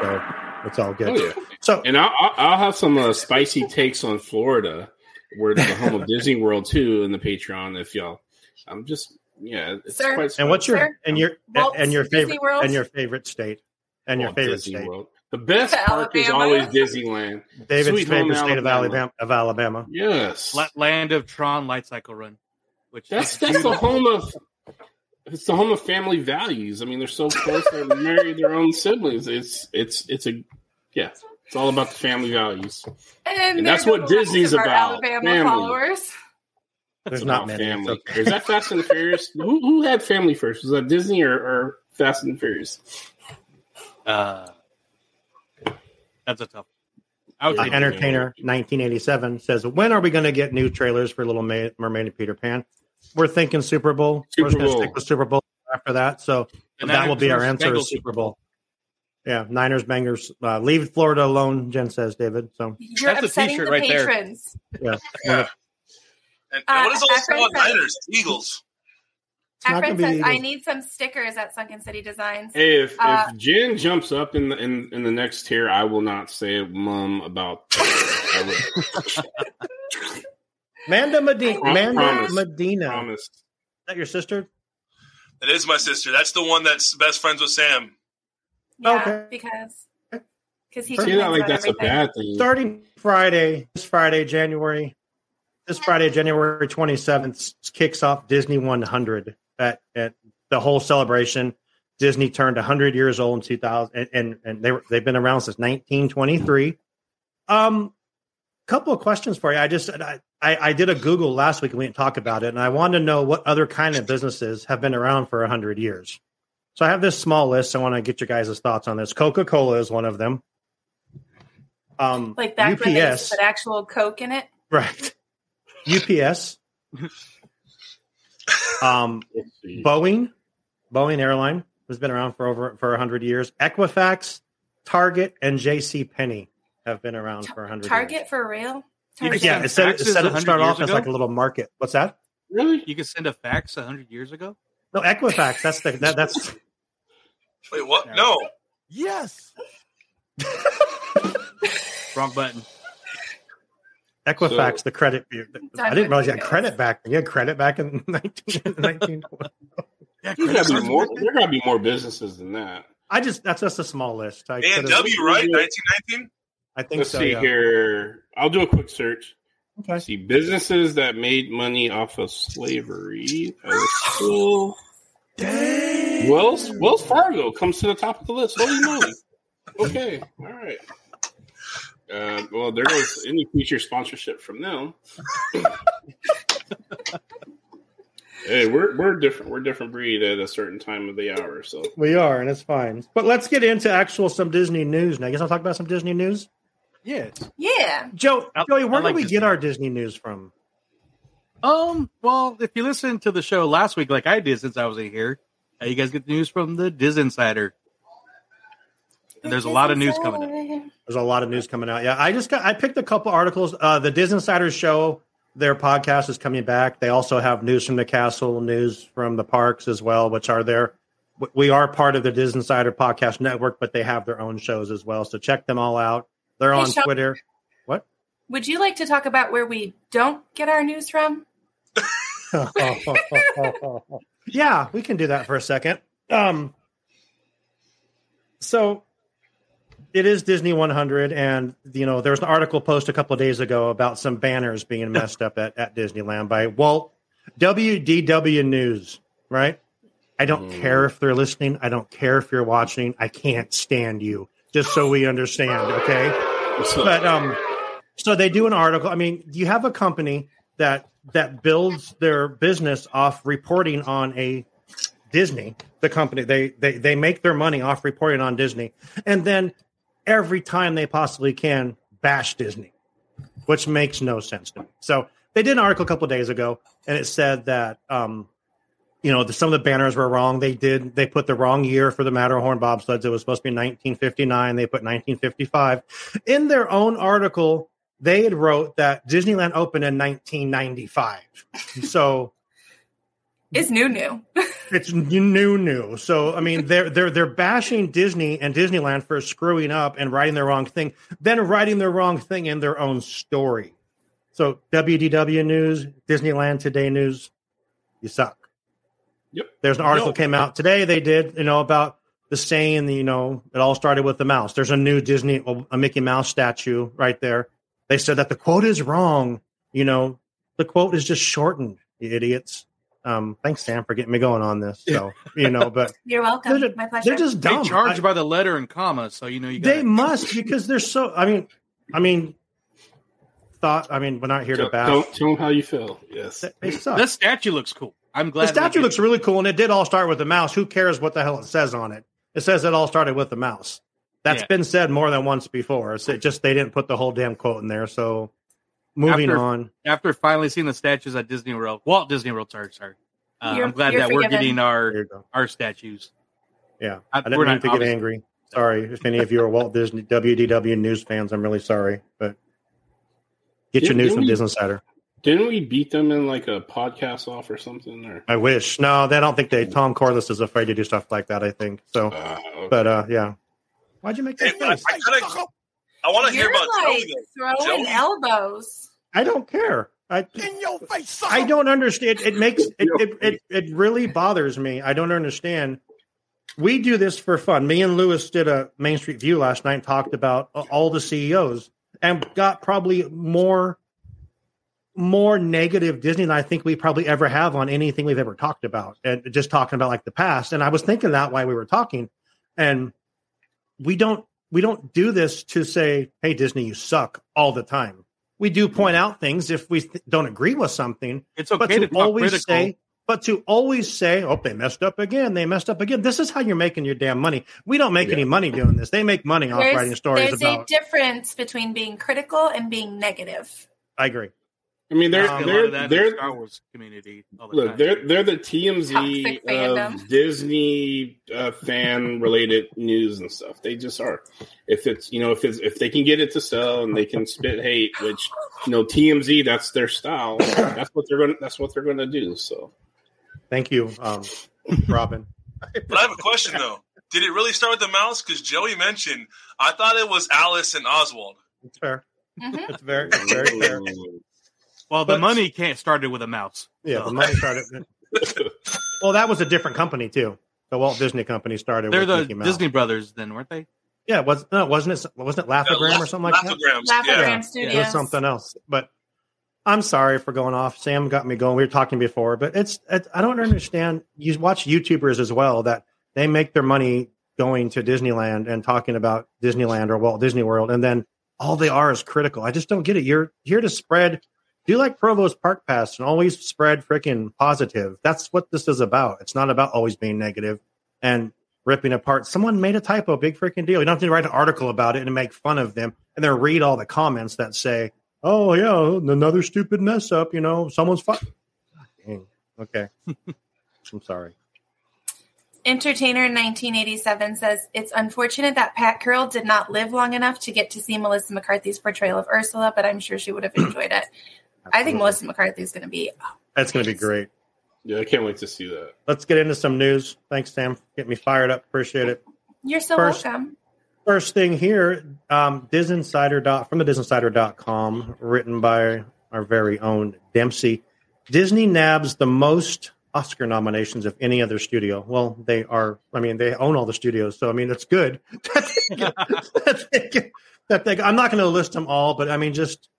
Speaker 2: so it's all good.
Speaker 7: Oh, yeah.
Speaker 2: So
Speaker 7: And I'll, I'll I'll have some uh, spicy takes on Florida, where it's the home of Disney World too, in the Patreon. If y'all, I'm just yeah. It's
Speaker 5: Sir.
Speaker 7: quite
Speaker 2: and what's your
Speaker 5: Sure.
Speaker 2: and your
Speaker 5: Walt's
Speaker 2: and your
Speaker 5: Disney
Speaker 2: favorite
Speaker 5: World.
Speaker 2: and your favorite state and your
Speaker 7: Walt
Speaker 2: favorite
Speaker 7: Disney
Speaker 2: state,
Speaker 7: World. The best
Speaker 5: To
Speaker 7: park is
Speaker 5: Alabama.
Speaker 7: always Disneyland.
Speaker 2: David's
Speaker 7: Sweet home
Speaker 2: favorite state of Alabama.
Speaker 7: Alabama.
Speaker 2: Of Alabama.
Speaker 7: Yes,
Speaker 8: La- Land of Tron Light Cycle Run, which
Speaker 7: that's that's the home of. It's the home of family values. I mean, they're so close. They marry their own siblings. It's it's it's a yeah. It's all about the family values.
Speaker 5: And,
Speaker 7: And
Speaker 5: there
Speaker 7: that's what
Speaker 5: goes the rest
Speaker 7: Disney's
Speaker 5: of our
Speaker 7: about,
Speaker 5: Alabama
Speaker 7: family.
Speaker 5: followers.
Speaker 2: There's
Speaker 7: It's
Speaker 2: not
Speaker 7: about
Speaker 2: many. It's
Speaker 7: Family.
Speaker 2: okay.
Speaker 7: Is that Fast and the Furious? who, who had family first? Was that Disney or, or Fast and the Furious?
Speaker 8: Uh, that's a tough. I would
Speaker 2: Uh,
Speaker 8: say
Speaker 2: Entertainer 1987 says, "When are we going to get new trailers for Little Ma- Mermaid and Peter Pan? We're thinking Super Bowl.
Speaker 7: Super
Speaker 2: We're just going to
Speaker 7: Bowl.
Speaker 2: stick with Super Bowl after that. So
Speaker 8: And
Speaker 2: that
Speaker 8: that
Speaker 2: will be our
Speaker 8: includes
Speaker 2: answer: is
Speaker 8: Bengals
Speaker 2: Super Bowl. Yeah, Niners, Bangers. Uh, leave Florida alone, Jen says. David. So
Speaker 5: You're
Speaker 8: That's a
Speaker 5: upsetting
Speaker 8: t-shirt
Speaker 5: the
Speaker 8: right there.
Speaker 5: patrons.
Speaker 6: And,
Speaker 5: Uh,
Speaker 6: and what is all this
Speaker 5: Efren
Speaker 6: about
Speaker 5: says-
Speaker 6: Niners, Eagles?
Speaker 2: It's
Speaker 5: Efren
Speaker 2: not gonna be
Speaker 5: says,
Speaker 2: the
Speaker 5: I
Speaker 2: Eagles.
Speaker 5: need some stickers at Sunken City Designs.
Speaker 7: Hey, if,
Speaker 5: Uh,
Speaker 7: if Jen jumps up in the in, in the next tier, I will not say a mum about. I will
Speaker 2: Manda Medina.
Speaker 5: I
Speaker 2: Manda
Speaker 7: promise.
Speaker 2: Medina. Is
Speaker 7: promise.
Speaker 2: that your sister?
Speaker 6: That is my sister. That's the one that's best friends with Sam.
Speaker 5: Yeah,
Speaker 2: okay.
Speaker 5: because because he
Speaker 7: Say
Speaker 5: complains
Speaker 7: that like
Speaker 5: about
Speaker 7: that's a
Speaker 5: everything.
Speaker 7: bad thing.
Speaker 2: Starting Friday, this Friday, January, this Friday, January 27th, kicks off Disney 100 at, at the whole celebration. Disney turned 100 years old in 2000, and, and, and they were, they've been around since 1923. Um, couple of questions for you. I just I, I, I did a Google last week and we didn't talk about it, and I wanted to know what other kind of businesses have been around for 100 years. So I have this small list. I want to get your guys' thoughts on this. Coca Cola is one of them. Um,
Speaker 5: Like back when they used
Speaker 2: UPS,
Speaker 5: to put actual Coke in it.
Speaker 2: right? UPS, um,
Speaker 7: Let's see.
Speaker 2: Boeing, Boeing airline has been around for over for 100 years. Equifax, Target, and J.C. Penney have been around for 100 years.
Speaker 5: Target for real? Target.
Speaker 2: Yeah, it said, it
Speaker 8: Faxes
Speaker 2: said it
Speaker 8: 100
Speaker 2: start
Speaker 8: years
Speaker 2: off as
Speaker 8: ago?
Speaker 2: like a little market. What's that?
Speaker 7: really?
Speaker 8: You could send a fax hundred years ago.
Speaker 2: No, Equifax. That's the that, that's
Speaker 6: Wait, what?
Speaker 2: Yeah.
Speaker 6: No.
Speaker 8: Yes. Wrong button.
Speaker 2: Equifax, the credit bureau. I didn't realize you had
Speaker 5: Equifax.
Speaker 2: credit back. You had credit back in 19, 1920.
Speaker 8: Yeah,
Speaker 7: There's gotta
Speaker 8: Chris,
Speaker 7: be more. There gotta be more businesses than that.
Speaker 2: I just that's just a small list. I,
Speaker 6: A and
Speaker 2: could've-
Speaker 6: W, right? Nineteen nineteen.
Speaker 2: I think
Speaker 7: Let's
Speaker 2: so.
Speaker 7: see
Speaker 2: yeah.
Speaker 7: here. I'll do a quick search.
Speaker 2: Okay.
Speaker 7: See, businesses that made money off of slavery are still. Wells Wells Fargo comes to the top of the list. Holy moly! Okay, all right. Uh, well, there goes any future sponsorship from them. hey, we're we're different. We're a different breed at a certain time of the hour. So
Speaker 2: We are, and it's fine. But let's get into actual some Disney news now. I guess I'll talk about some Disney news.
Speaker 8: Yeah.
Speaker 5: Yeah.
Speaker 2: Joe,
Speaker 8: I-
Speaker 2: Joey, where
Speaker 8: I like
Speaker 2: do we
Speaker 8: Disney.
Speaker 2: get our Disney news from?
Speaker 8: Um. Well, if you listen to the show last week, like I did since I was in here, uh, you guys get the news from the Diz Insider. And there's a lot of news coming up.
Speaker 2: There's a lot of news coming out. Yeah, I just got I picked a couple articles. Uh, the Disney Insider show, their podcast is coming back. They also have news from the castle, news from the parks as well, which are there. We are part of the Disney Insider podcast network, but they have their own shows as well. So check them all out. They're
Speaker 5: Hey,
Speaker 2: on
Speaker 5: Sean.
Speaker 2: Twitter.
Speaker 5: Would you like to talk about where we don't get our news from?
Speaker 2: yeah, we can do that for a second. Um, so it is Disney 100, and you know there was an article posted a couple of days ago about some banners being messed up at, at Disneyland by Walt WDW News. Right? I don't
Speaker 7: Mm.
Speaker 2: care if they're listening. I don't care if you're watching. I can't stand you. Just so we understand, okay?
Speaker 7: So-
Speaker 2: but um so they do an article i mean you have a company that that builds their business off reporting on a disney the company they they they make their money off reporting on disney and then every time they possibly can bash disney which makes no sense to me so they did an article a couple of days ago and it said that um you know the, some of the banners were wrong they did they put the wrong year for the matterhorn bobsleds it was supposed to be 1959 they put 1955 in their own article, they had wrote that Disneyland opened in 1995. So
Speaker 5: It's new, new.
Speaker 2: it's new, new. So I mean, they're they're they're bashing Disney and Disneyland for screwing up and writing the wrong thing, then writing the wrong thing in their own story. So WDW News, Disneyland Today News, you suck.
Speaker 7: Yep.
Speaker 2: There's an article
Speaker 8: No.
Speaker 2: came out today. They did, you know, about the saying, you know, it all started with the mouse. There's a new Disney, a Mickey Mouse statue right there. They said that the quote is wrong. You know, the quote is just shortened, you idiots. Um, thanks, Sam, for getting me going on this. So, you know, but
Speaker 5: You're welcome.
Speaker 2: they're just,
Speaker 5: My pleasure.
Speaker 2: they're just
Speaker 8: They
Speaker 2: dumb.
Speaker 8: charge
Speaker 2: I-
Speaker 8: by the letter and comma, so you know you.
Speaker 2: they
Speaker 8: Gotta,
Speaker 2: must because they're so. I mean, I mean, thought. I mean, we're not here to
Speaker 7: Tell,
Speaker 2: bash.
Speaker 7: tell them how you feel. Yes.
Speaker 2: They, they suck.
Speaker 8: that statue looks cool. I'm glad
Speaker 2: The
Speaker 8: they
Speaker 2: statue
Speaker 8: did.
Speaker 2: looks really cool, and it did all start with the mouse. Who cares what the hell it says on it? It says it all started with the mouse. That's
Speaker 8: Yeah.
Speaker 2: been said more than once before. It's it just they didn't put the whole damn quote in there. So moving
Speaker 8: After-
Speaker 2: on.
Speaker 8: after finally seeing the statues at Disney World, Walt Disney World. Sorry, sorry. Uh,
Speaker 5: You're-
Speaker 8: I'm glad
Speaker 5: you're
Speaker 8: that we're
Speaker 5: forgiven.
Speaker 8: getting our
Speaker 2: There you go.
Speaker 8: our statues.
Speaker 2: Yeah,
Speaker 8: I-
Speaker 2: I didn't
Speaker 8: we're
Speaker 2: mean
Speaker 8: not-
Speaker 2: to get
Speaker 8: obviously-
Speaker 2: angry. Sorry if any of you are Walt Disney WDW news fans. I'm really sorry, but get your
Speaker 7: Didn't-
Speaker 2: news from
Speaker 7: didn't we-
Speaker 2: Disney Insider.
Speaker 7: Didn't we beat them in like a podcast off or something? Or
Speaker 2: I wish. No, they I don't think they. Tom Corliss is afraid to do stuff like that. I think so.
Speaker 7: Ah, okay.
Speaker 2: But uh, yeah. Why'd you make
Speaker 6: Hey,
Speaker 2: that
Speaker 6: I,
Speaker 2: face?
Speaker 6: kinda, I want to hear
Speaker 5: You're
Speaker 6: about
Speaker 5: like
Speaker 6: Joey,
Speaker 5: throwing
Speaker 6: Joey.
Speaker 5: elbows.
Speaker 2: I don't care. I in your face. I don't understand. It makes it, it it it really bothers me. I don't understand. We do this for fun. Me and Lewis did a Main Street View last night. and Talked about a- all the CEOs and got probably more more negative Disney than I think we probably ever have on anything we've ever talked about. And just talking about like the past. And I was thinking that while we were talking, and we don't we don't do this to say, "Hey, Disney, you suck" all the time we do point out things if we th- don't agree with something,
Speaker 8: It's
Speaker 2: but
Speaker 8: okay to
Speaker 2: to
Speaker 8: talk
Speaker 2: always
Speaker 8: critical.
Speaker 2: say, but to always say, oh, they messed up again. They messed up again. This is how you're making your damn money. We don't make any money doing this. They make money off writing
Speaker 5: There's,
Speaker 2: stories
Speaker 5: there's a
Speaker 2: about.
Speaker 5: difference between being critical and being negative.
Speaker 2: I agree.
Speaker 7: I mean,
Speaker 2: um,
Speaker 7: they're
Speaker 8: There's a lot
Speaker 7: they're
Speaker 8: of that in the
Speaker 7: they're
Speaker 8: Star Wars community. All the
Speaker 7: look
Speaker 8: time.
Speaker 7: they're they're the
Speaker 5: Toxic
Speaker 7: TMZ
Speaker 5: fandom.
Speaker 7: of Disney uh, fan related news and stuff. They just are. If it's you know if it's if they can get it to sell and they can spit hate, which you know TMZ that's their style. That's what they're gonna that's what they're gonna do. So
Speaker 2: Thank you, um, Robin.
Speaker 6: But I have a question though. Did it really start with the mouse? Because Joey mentioned I thought it was Alice and Oswald.
Speaker 2: It's fair.
Speaker 5: Mhm.
Speaker 2: It's very, it's very fair.
Speaker 8: well, the
Speaker 2: but-
Speaker 8: money can't start it with a mouse.
Speaker 2: Yeah, the
Speaker 8: So.
Speaker 2: money started. well, that was a different company too. The Walt Disney Company started.
Speaker 8: They're
Speaker 2: with
Speaker 8: the
Speaker 2: Mickey Mouse.
Speaker 8: Disney brothers, then weren't they?
Speaker 2: Yeah, was no, wasn't it? Wasn't it
Speaker 6: Yeah,
Speaker 2: Laugh-O-Gram or
Speaker 6: laugh-
Speaker 2: something like that?
Speaker 6: laugh-o-grams,
Speaker 5: Laugh-O-Gram
Speaker 2: Yeah.
Speaker 5: Studios.
Speaker 2: It was something else, but I'm sorry for going off. Sam got me going. We were talking before, but it's, it, I don't understand. You watch YouTubers as well that they make their money going to Disneyland and talking about Disneyland or Walt Disney World, and then all they are is critical. I just don't get it. You're here to spread. Do like Provost Park Pass and always spread freaking positive. That's what this is about. It's not about always being negative and ripping apart. Someone made a typo, big freaking deal. You don't have to write an article about it and make fun of them and then read all the comments that say, "Oh yeah, another stupid mess up." You know, someone's fu- Okay, I'm sorry.
Speaker 5: Entertainer in 1987 says it's unfortunate that Pat Carroll did not live long enough to get to see Melissa McCarthy's portrayal of Ursula, but I'm sure she would have enjoyed it. I think Melissa McCarthy's going to be. oh,
Speaker 2: That's going to be great.
Speaker 7: Yeah, I can't wait to see that.
Speaker 2: Let's get into some news. Thanks, Sam. Get me fired up. Appreciate it.
Speaker 5: You're so
Speaker 2: First-
Speaker 5: welcome.
Speaker 2: First thing here, um, Disinsider dot from the Disinsider.com, written by our very own Dempsey. Disney nabs the most Oscar nominations of any other studio. Well, they are. I mean, they own all the studios, so I mean, it's good that they get- that they get- that they- I'm not going to list them all, but I mean, just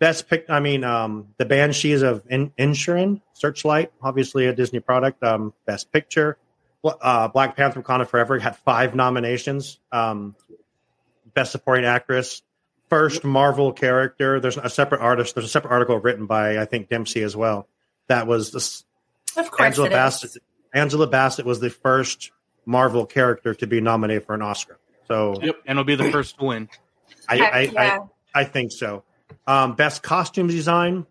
Speaker 2: best pick. I mean, um, the Banshees of In- Inisherin, Searchlight, obviously a Disney product. Um, best Picture, Bla- uh, Black Panther: Wakanda Forever had five nominations. Um, Best Supporting Actress, first Marvel character. There's a separate artist. There's a separate article written by I think Dempsey as well. That was this,
Speaker 5: Of course,
Speaker 2: Angela
Speaker 5: it is.
Speaker 2: Bassett. Angela Bassett was the first Marvel character to be nominated for an Oscar. So
Speaker 8: Yep, and it'll be the first to win.
Speaker 2: I,
Speaker 5: Heck
Speaker 2: I, I,
Speaker 5: yeah.
Speaker 2: I think so. Um, best costume design,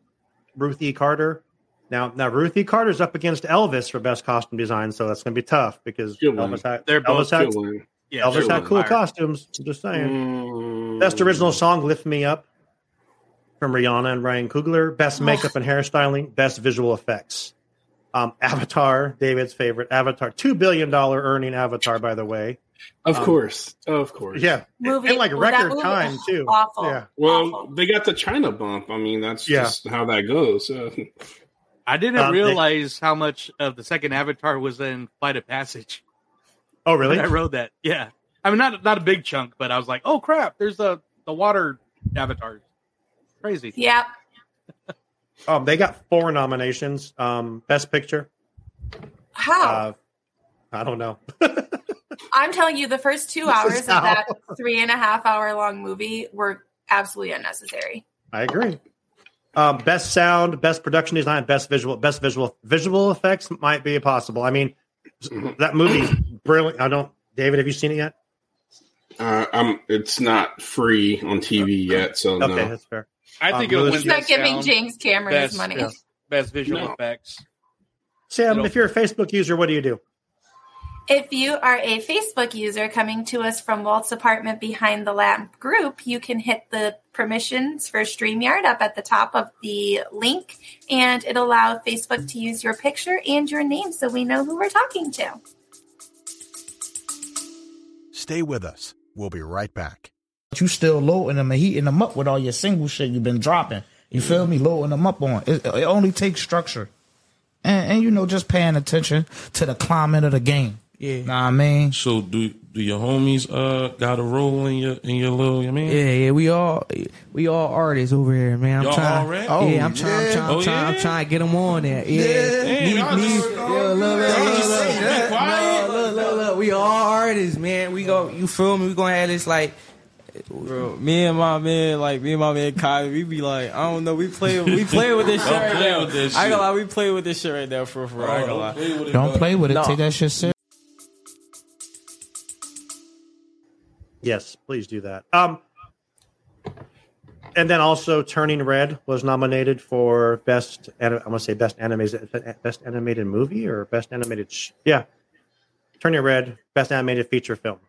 Speaker 2: Ruth E. Carter. Now, now Ruth E. Carter's up against Elvis for best costume design, so that's going to be tough because
Speaker 7: She'll win.
Speaker 2: Elvis had,
Speaker 8: They're both
Speaker 2: Elvis had,
Speaker 7: She'll win.
Speaker 8: Yeah,
Speaker 2: Elvis
Speaker 8: they're
Speaker 2: had cool
Speaker 8: fired.
Speaker 2: costumes. I'm just
Speaker 8: Mm-hmm.
Speaker 2: saying.
Speaker 7: Mm.
Speaker 2: Best original song, Lift Me Up, from Rihanna and Ryan Coogler. Best makeup and hairstyling. Best visual effects. Um, Avatar, David's favorite. Avatar, $2 billion earning Avatar, by the way.
Speaker 7: Of
Speaker 2: Um,
Speaker 7: course, of course.
Speaker 2: Yeah.
Speaker 5: Movie
Speaker 2: In like
Speaker 5: well, that
Speaker 2: record
Speaker 5: movie
Speaker 2: time,
Speaker 5: was
Speaker 2: too.
Speaker 5: Awful.
Speaker 2: Yeah.
Speaker 7: Well,
Speaker 5: Awful.
Speaker 7: they got the China bump. I mean, that's
Speaker 2: Yeah.
Speaker 7: just how that goes. Uh,
Speaker 8: I didn't
Speaker 2: Um, they-
Speaker 8: realize how much of the second Avatar was in Flight of Passage.
Speaker 2: Oh, really?
Speaker 8: When I rode that. Yeah, I mean not not a big chunk, but I was like, oh crap, there's the the water avatars. Crazy.
Speaker 5: Yep.
Speaker 2: Um, they got four nominations. Um, best picture.
Speaker 5: How?
Speaker 2: Uh, I don't know.
Speaker 5: I'm telling you, the first two
Speaker 2: This is
Speaker 5: hours of
Speaker 2: how-
Speaker 5: that three and a half hour long movie were absolutely unnecessary.
Speaker 2: I agree. Um, best sound, best production design, best visual, best visual visual effects might be possible. I mean, that movie's brilliant. I don't. David, have you seen it yet?
Speaker 7: uh, I'm. It's not free on TV yet, so
Speaker 2: Okay,
Speaker 7: no.
Speaker 2: that's fair.
Speaker 8: I
Speaker 2: Um,
Speaker 8: think it'll
Speaker 2: Louis-
Speaker 8: win
Speaker 5: It's not
Speaker 8: best
Speaker 5: giving
Speaker 8: sound,
Speaker 5: James Cameron
Speaker 8: best-
Speaker 5: his money.
Speaker 2: yeah.
Speaker 8: best visual
Speaker 7: No.
Speaker 8: effects.
Speaker 2: Sam,
Speaker 8: It'll-
Speaker 2: if you're a Facebook user, what do you do?
Speaker 5: If you are a Facebook user coming to us from Walt's apartment behind the lamp group, you can hit the permissions for StreamYard up at the top of the link, and it'll allow Facebook to use your picture and your name so we know who we're talking to.
Speaker 9: Stay with us. We'll be right back.
Speaker 10: But you still loading them and heating them up with all your single shit you've been dropping. You feel me? Loading them up on. It, it only takes structure. And, and, you know, just paying attention to the climate of the game. Yeah. Know what I mean?
Speaker 11: So do do your homies uh got a role in your in your little? I mean,
Speaker 12: Yeah, yeah, we all we all artists over here, man. I'm
Speaker 11: Y'all
Speaker 12: trying,
Speaker 11: all rap?
Speaker 12: Oh, yeah, I'm trying, I'm trying,
Speaker 11: Oh,
Speaker 12: I'm trying, I'm
Speaker 11: yeah?
Speaker 12: trying to get them on there. Yeah,
Speaker 11: Damn, y'all
Speaker 12: Me- me-
Speaker 11: just-
Speaker 12: yeah, look, look,
Speaker 11: Y'all
Speaker 12: look,
Speaker 11: just
Speaker 12: look,
Speaker 11: so be
Speaker 12: look.
Speaker 11: quiet.
Speaker 12: No, look, look, look. We all artists, man. We go, you feel me? We gonna have this like. Bro, me and my man, like me and my man Kyle, we be like, I don't know, we play, we play with this shit
Speaker 11: Don't
Speaker 12: right
Speaker 11: play
Speaker 12: now.
Speaker 11: with this
Speaker 12: I ain't gonna
Speaker 11: shit.
Speaker 12: lie, we play with this shit right now for for. I ain't gonna lie.
Speaker 11: play with it,
Speaker 10: Don't
Speaker 11: bud.
Speaker 10: play with it.
Speaker 12: No.
Speaker 10: Take that shit serious.
Speaker 2: Yes, please do that. Um, and then also, Turning Red was nominated for best. Anim- I'm gonna say best animated, best animated movie or best animated. Sh- yeah, Turning Red, best animated feature film.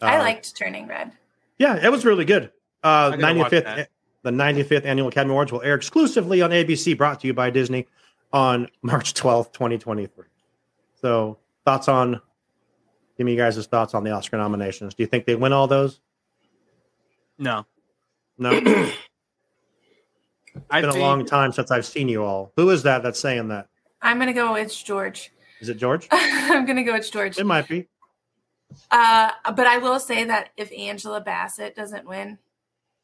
Speaker 5: I
Speaker 2: Uh,
Speaker 5: liked Turning Red.
Speaker 2: Yeah, it was really good. Uh,
Speaker 8: I gotta watch
Speaker 2: 95th,
Speaker 8: that.
Speaker 2: the 95th annual Academy Awards will air exclusively on ABC, brought to you by Disney, on March 12th, 2023. So, thoughts on? Give me you guys' thoughts on the Oscar nominations. Do you think they win all those?
Speaker 8: No,
Speaker 2: No, it's
Speaker 8: I
Speaker 2: been a
Speaker 8: think
Speaker 2: long time since I've seen you all. Who is that that's saying that?
Speaker 5: I'm gonna go with George.
Speaker 2: Is it George?
Speaker 5: I'm gonna go with George.
Speaker 2: It might be.
Speaker 5: Uh, but I will say that if Angela Bassett doesn't win,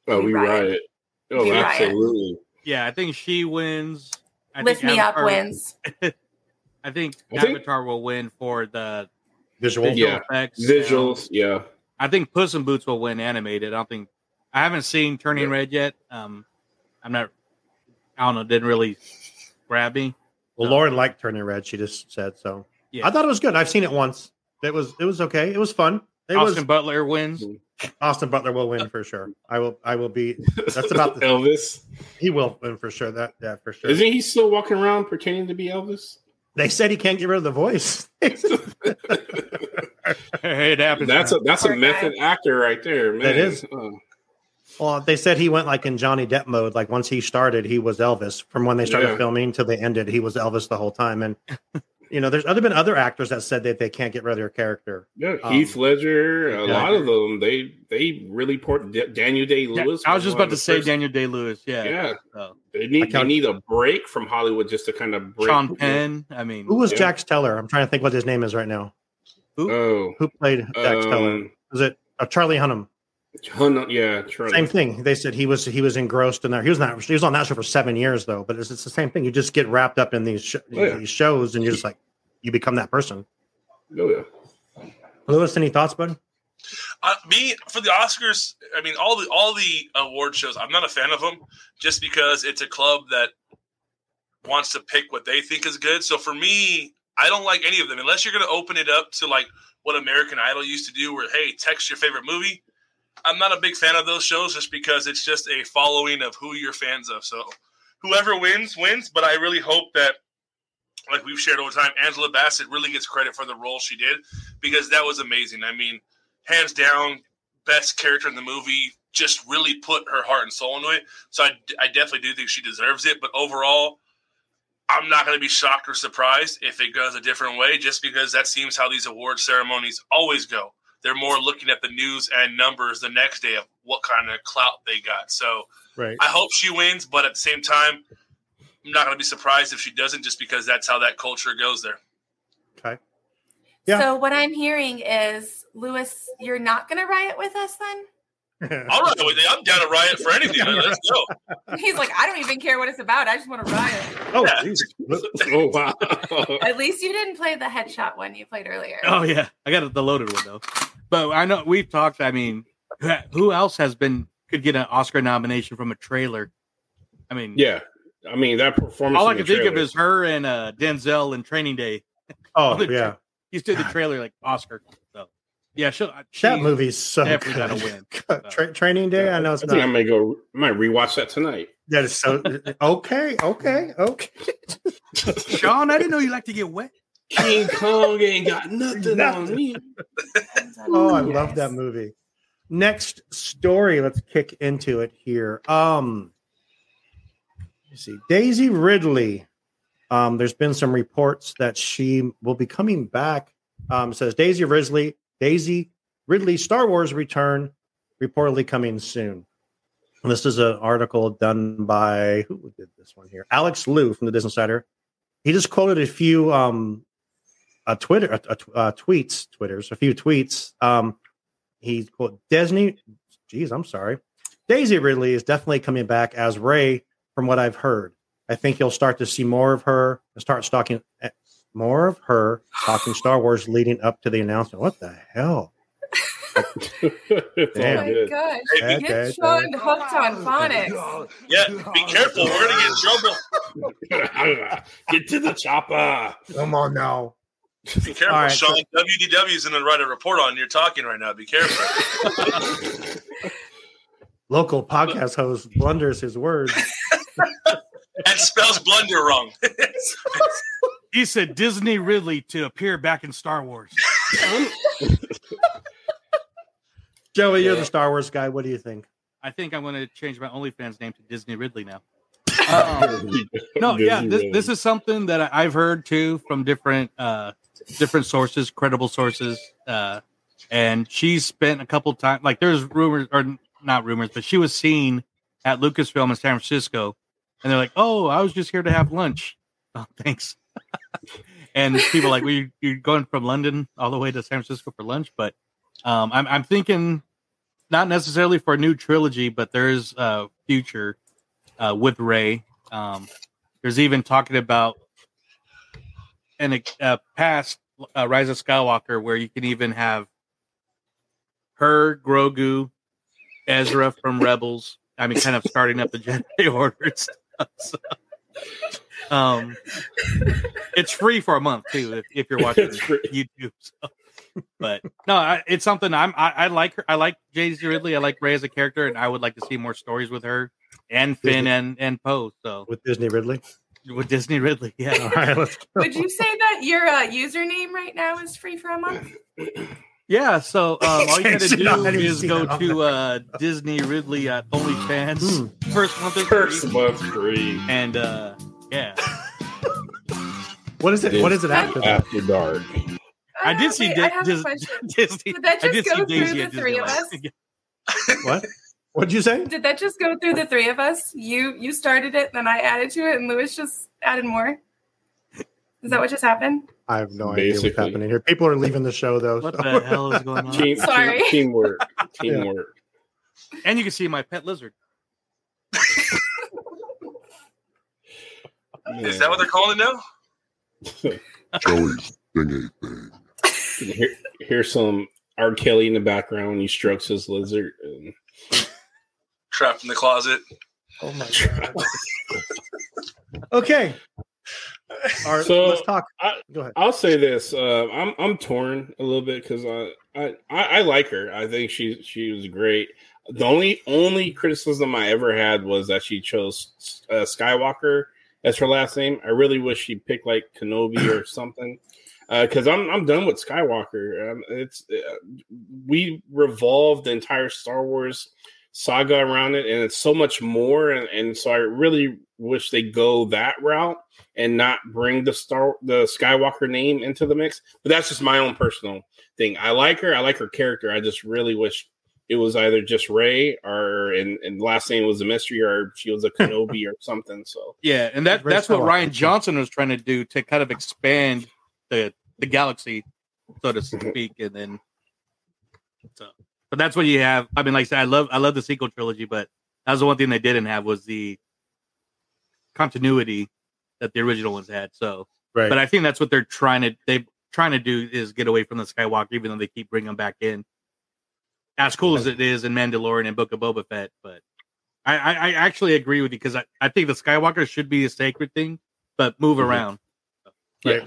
Speaker 7: Oh, we
Speaker 5: We riot.
Speaker 7: riot. Oh,
Speaker 5: We riot.
Speaker 7: absolutely.
Speaker 8: yeah, I think she wins. I
Speaker 5: Lift
Speaker 8: think
Speaker 5: Me Up
Speaker 8: Avatar-
Speaker 5: wins.
Speaker 8: I think
Speaker 7: I think-
Speaker 8: Avatar will win for the
Speaker 2: visual,
Speaker 7: yeah,
Speaker 8: effects,
Speaker 7: visuals,
Speaker 8: sound.
Speaker 7: yeah.
Speaker 8: I think Puss in Boots will win animated. I don't think I haven't seen Turning Red yet. Um, I'm not. I don't know. Didn't really grab me.
Speaker 2: Well, Lauren liked Turning Red. She just said so.
Speaker 8: Yeah.
Speaker 2: I thought it was good. I've seen it once. It was it was okay. It was fun. It
Speaker 8: Austin
Speaker 2: was
Speaker 8: Butler wins.
Speaker 2: Austin Butler will
Speaker 7: Uh,
Speaker 2: win for sure. I will. I will be. That's about the
Speaker 7: Elvis.
Speaker 2: He will win for sure. That yeah for sure.
Speaker 7: Isn't he still walking around pretending to be Elvis?
Speaker 2: They said he can't get rid of the voice.
Speaker 8: it happens.
Speaker 7: That's a
Speaker 2: man.
Speaker 7: that's a method actor right there, man.
Speaker 2: That is.
Speaker 7: Uh,
Speaker 2: Well, they said he went like in Johnny Depp mode. Like once he started, he was Elvis. From when they started
Speaker 7: Yeah.
Speaker 2: filming till they ended, he was Elvis the whole time. And you know, there's other been other actors that said that they can't get rid of their character.
Speaker 7: yeah,
Speaker 2: Um,
Speaker 7: Heath Ledger. A
Speaker 2: yeah.
Speaker 7: lot of them they they really port D- Daniel Day Lewis.
Speaker 8: I was just about to say Daniel Day Lewis. Yeah, Uh,
Speaker 7: Yeah,
Speaker 8: So,
Speaker 7: they
Speaker 2: I
Speaker 7: need they
Speaker 2: count-
Speaker 7: need a break from Hollywood just to kind of break.
Speaker 8: Sean Penn. I mean,
Speaker 2: Who was
Speaker 7: Yeah.
Speaker 2: Jax Teller? I'm trying to think what his name is right now.
Speaker 7: Oh,
Speaker 2: Who played Jax Teller?
Speaker 7: um,
Speaker 2: Was it uh, Charlie Hunnam?
Speaker 7: Hun- yeah, Charlie.
Speaker 2: Same thing. They said he was he was engrossed in there. He was not. He was on that show for seven years though. But it's, it's the same thing. You just get wrapped up in these sh-
Speaker 7: Oh, yeah.
Speaker 2: these shows, and you're just like you become that person.
Speaker 7: Oh yeah.
Speaker 2: Lewis, any thoughts, bud?
Speaker 6: Uh, me for the Oscars, I mean all the all the award shows. I'm not a fan of them just because it's a club that wants to pick what they think is good. So for me, I don't like any of them unless you're going to open it up to like what American Idol used to do, where hey, text your favorite movie. I'm not a big fan of those shows just because it's just a following of who you're fans of. So whoever wins wins, but I really hope that. Like we've shared over time, Angela Bassett really gets credit for the role she did because that was amazing. I mean, hands down best character in the movie just really put her heart and soul into it so i, I definitely do think she deserves it but overall i'm not going to be shocked or surprised if it goes a different way just because that seems how these award ceremonies always go they're more looking at the news and numbers the next day of what kind of clout they got so
Speaker 2: Right.
Speaker 6: i hope she wins but at the same time i'm not going to be surprised if she doesn't just because that's how that culture goes there
Speaker 2: Yeah.
Speaker 5: So what I'm hearing is, Lewis, you're not going to riot with us then?
Speaker 2: Oh,
Speaker 6: all right i'm down to riot for anything let's go
Speaker 5: He's like, I don't even care what it's about. I just want to riot.
Speaker 2: Oh, jeez.
Speaker 7: oh wow.
Speaker 5: At least you didn't play the headshot one you played earlier.
Speaker 8: Oh yeah, I got the loaded one though. But I know we've talked. I mean, who else has been could get an Oscar nomination from a trailer? I mean,
Speaker 7: yeah. I mean that performance.
Speaker 8: all I
Speaker 7: in the
Speaker 8: can think of
Speaker 7: trailer.
Speaker 8: is her and uh, Denzel in Training Day.
Speaker 2: Oh yeah.
Speaker 8: He's did the trailer like Oscar. So yeah, she'll, uh, she
Speaker 2: That movie's so
Speaker 8: definitely
Speaker 2: good.
Speaker 8: gotta win.
Speaker 2: Tra- training Day. I know it's
Speaker 7: I think I
Speaker 2: not.
Speaker 7: may go. I might rewatch that tonight.
Speaker 2: That is so okay. Okay. Okay.
Speaker 8: Sean, I didn't know you like to get wet.
Speaker 7: King Kong ain't got nothing on me.
Speaker 2: Oh, I love that movie. Next story. Let's kick into it here. Um, let's see, Daisy Ridley. Um, there's been some reports that she will be coming back. Um, it says Daisy Ridley. Daisy Ridley. Star Wars return reportedly coming soon. And this is an article done by who did this one here? Alex Liu from the Disney Insider. He just quoted a few um, a Twitter, a, a, uh, tweets, Twitters, a few tweets. Um, he quote Disney. Geez, I'm sorry. Daisy Ridley is definitely coming back as Ray, from what I've heard. I think you'll start to see more of her and start stalking eh, more of her talking Star Wars leading up to the announcement. What the hell?
Speaker 7: It's all
Speaker 5: Oh
Speaker 2: Damn.
Speaker 5: my
Speaker 7: good.
Speaker 5: gosh.
Speaker 2: That-
Speaker 5: Get
Speaker 2: that-
Speaker 5: Sean hooked on phonics.
Speaker 6: yeah be careful we're going to get in trouble
Speaker 7: Get to the chopper.
Speaker 2: Come on now.
Speaker 6: Be careful,
Speaker 2: All right,
Speaker 6: Sean. WDW is going to write a report on you're talking right now. Be careful.
Speaker 2: Local podcast host blunders his words.
Speaker 6: and spells blunder wrong.
Speaker 8: He said Disney Ridley to appear back in Star Wars.
Speaker 2: Joey, you're the Star Wars guy. What do you think?
Speaker 8: I think I'm going to change my OnlyFans name to Disney Ridley now. Um, no, yeah,
Speaker 7: Disney
Speaker 8: this,
Speaker 7: World.
Speaker 8: this is something that I- I've heard too from different uh, different sources, credible sources, uh, and she spent a couple times. Like there's rumors or n- not rumors, but she was seen at Lucasfilm in San Francisco, and they're like, "Oh, I was just here to have lunch." Oh, thanks. and people are like, "We you're going from London all the way to San Francisco for lunch?" But um, I'm I'm thinking not necessarily for a new trilogy, but there's a future uh, with Ray. Um, there's even talking about an uh, past uh, Rise of Skywalker where you can even have her, Grogu, Ezra from Rebels. I mean, kind of starting up the Jedi Order and stuff. So, um, it's free for a month too if, if you're watching
Speaker 7: It's free.
Speaker 8: YouTube. So. But no, I, it's something I'm. I, I like her. I like Jay Z Ridley. I like Ray as a character, and I would like to see more stories with her and Finn
Speaker 2: Disney-
Speaker 8: and and Poe. So
Speaker 2: with Disney Ridley.
Speaker 8: with Disney Ridley, yeah.
Speaker 2: All right, let's
Speaker 5: Would you say that your uh, username right now is free for a month?
Speaker 8: Yeah, so um, all
Speaker 2: Can't
Speaker 8: you gotta
Speaker 2: see that. I
Speaker 8: do
Speaker 2: didn't
Speaker 8: is
Speaker 2: see
Speaker 8: go
Speaker 2: that.
Speaker 8: to uh, Disney Ridley at Only Chance. First month is
Speaker 7: First
Speaker 8: free.
Speaker 7: month free.
Speaker 8: And uh, yeah,
Speaker 2: What is it? What is it after that?
Speaker 7: After dark.
Speaker 8: I did see
Speaker 5: Uh, Wait,
Speaker 8: Di-
Speaker 5: I have a
Speaker 8: Dis-
Speaker 5: question.
Speaker 8: Disney.
Speaker 5: Did that
Speaker 8: I
Speaker 5: just
Speaker 8: did
Speaker 5: go
Speaker 8: see
Speaker 5: through
Speaker 8: Daisy
Speaker 5: the
Speaker 8: at
Speaker 5: three of
Speaker 8: Disneyland.
Speaker 5: us?
Speaker 2: What? What'd you say?
Speaker 5: Did that just go through the three of us? You you started it, then I added to it, and Lewis just added more. Is that what just happened?
Speaker 2: I have no idea what's
Speaker 7: Basically.
Speaker 2: happening here. People are leaving the show though.
Speaker 8: What
Speaker 2: so-
Speaker 8: the hell is going on?
Speaker 7: Team,
Speaker 5: Sorry.
Speaker 7: team- teamwork. Teamwork.
Speaker 8: And you can see my pet lizard.
Speaker 6: Is that what they're calling it now?
Speaker 13: Joey's thingy thing.
Speaker 7: Here, here's some R. Kelly in the background when he strokes his lizard. And
Speaker 6: Trapped in the closet.
Speaker 2: Oh my god. okay. All right,
Speaker 7: So,
Speaker 2: let's talk.
Speaker 7: I-
Speaker 2: Go ahead.
Speaker 7: I'll say this: uh, I'm I'm torn a little bit because I, I I I like her. I think she she was great. The only only criticism I ever had was that she chose uh, Skywalker as her last name. I really wish she picked like Kenobi or something because I'm I'm done with Skywalker. Um, it's uh, we revolved the entire Star Wars saga around it, and it's so much more. And, and so I really wish they go that route and not bring the star the Skywalker name into the mix. But that's just my own personal thing. I like her. I like her character. I just really wish it was either just Ray or and, and last name was a mystery or she was a Kenobi or something. So
Speaker 8: Yeah, and that,
Speaker 7: Ray
Speaker 8: that's what
Speaker 7: Skywalker.
Speaker 8: Ryan Johnson was trying to do to kind of expand the the galaxy, so to speak, and then so but that's what you have. I mean, like I said, I love I love the sequel trilogy, but that was the one thing they didn't have was the continuity that the original ones had. So,
Speaker 2: Right.
Speaker 8: but I think that's what they're trying to they trying to do is get away from the Skywalker, even though they keep bringing them back in. As cool as it is in Mandalorian and Book of Boba Fett, but I, I, I actually agree with you because I, I think the Skywalker should be a sacred thing, but move
Speaker 7: Mm-hmm.
Speaker 8: around.
Speaker 7: yeah.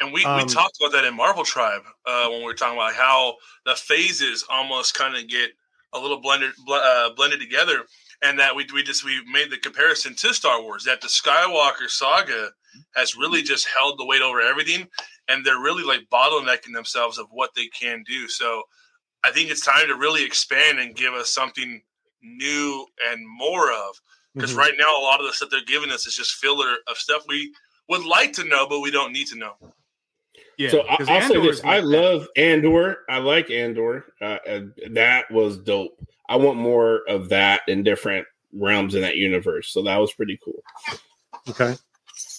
Speaker 6: And we,
Speaker 8: Um,
Speaker 6: we talked about that in Marvel Tribe uh, when we were talking about how the phases almost kind of get a little blended bl- uh, blended together, and that we we just we made the comparison to Star Wars that the Skywalker saga has really just held the weight over everything, and they're really like bottlenecking themselves of what they can do. So I think it's time to really expand and give us something new and more of because
Speaker 2: Mhm.
Speaker 6: right now a lot of the stuff they're giving us is just filler of stuff we would like to know but we don't need to know.
Speaker 8: Yeah,
Speaker 7: so I,
Speaker 8: 'cause
Speaker 7: I'll say
Speaker 8: Andor
Speaker 7: this:
Speaker 8: is
Speaker 7: I
Speaker 8: like that.
Speaker 7: love Andor. I like Andor. Uh, uh, that was dope. I want more of that in different realms in that universe. So that was pretty cool.
Speaker 2: Okay.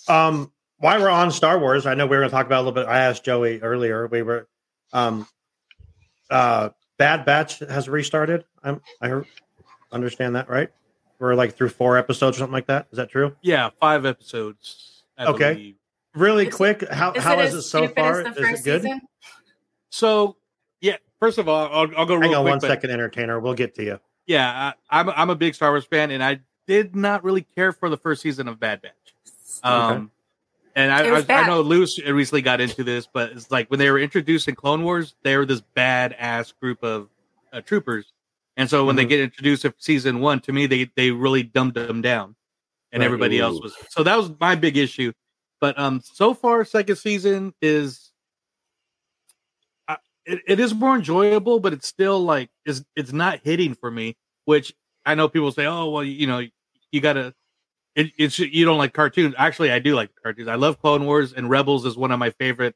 Speaker 2: Um, while we're on Star Wars, I know we were going to talk about it a little bit. I asked Joey earlier. We were, um, uh, Bad Batch has restarted. I'm, I heard, understand that right? We're like through four episodes or something like that. Is that true?
Speaker 8: Yeah, five episodes. I
Speaker 2: Okay.
Speaker 8: believe.
Speaker 2: Really quick, how
Speaker 5: Is
Speaker 2: how
Speaker 5: it
Speaker 2: is
Speaker 5: as
Speaker 2: it so
Speaker 5: stupid as
Speaker 2: far?
Speaker 5: the
Speaker 2: Is it good?
Speaker 5: season?
Speaker 8: So, yeah. First of all, I'll, I'll go real
Speaker 2: Hang on
Speaker 8: quick.
Speaker 2: one
Speaker 8: but-
Speaker 2: second, entertainer. We'll get to you.
Speaker 8: Yeah, I, I'm I'm a big Star Wars fan, and I did not really care for the first season of Bad Batch. Um,
Speaker 2: Okay.
Speaker 8: and
Speaker 5: It
Speaker 8: I,
Speaker 5: was
Speaker 8: I, I
Speaker 5: bad.
Speaker 8: know Luce recently got into this, but it's like when they were introduced in Clone Wars, they were this badass group of uh, troopers, and so when they
Speaker 2: Mhm.
Speaker 8: get introduced in season one, to me they they really dumbed them down, and
Speaker 2: Right.
Speaker 8: everybody else
Speaker 7: Ooh.
Speaker 8: was. So that was my big issue. But um, so far, second season is it, it is more enjoyable, but it's still like it's it's not hitting for me. Which I know people say, oh well, you know, you gotta. It, it's you don't like cartoons. Actually, I do like cartoons. I love Clone Wars and Rebels is one of my favorite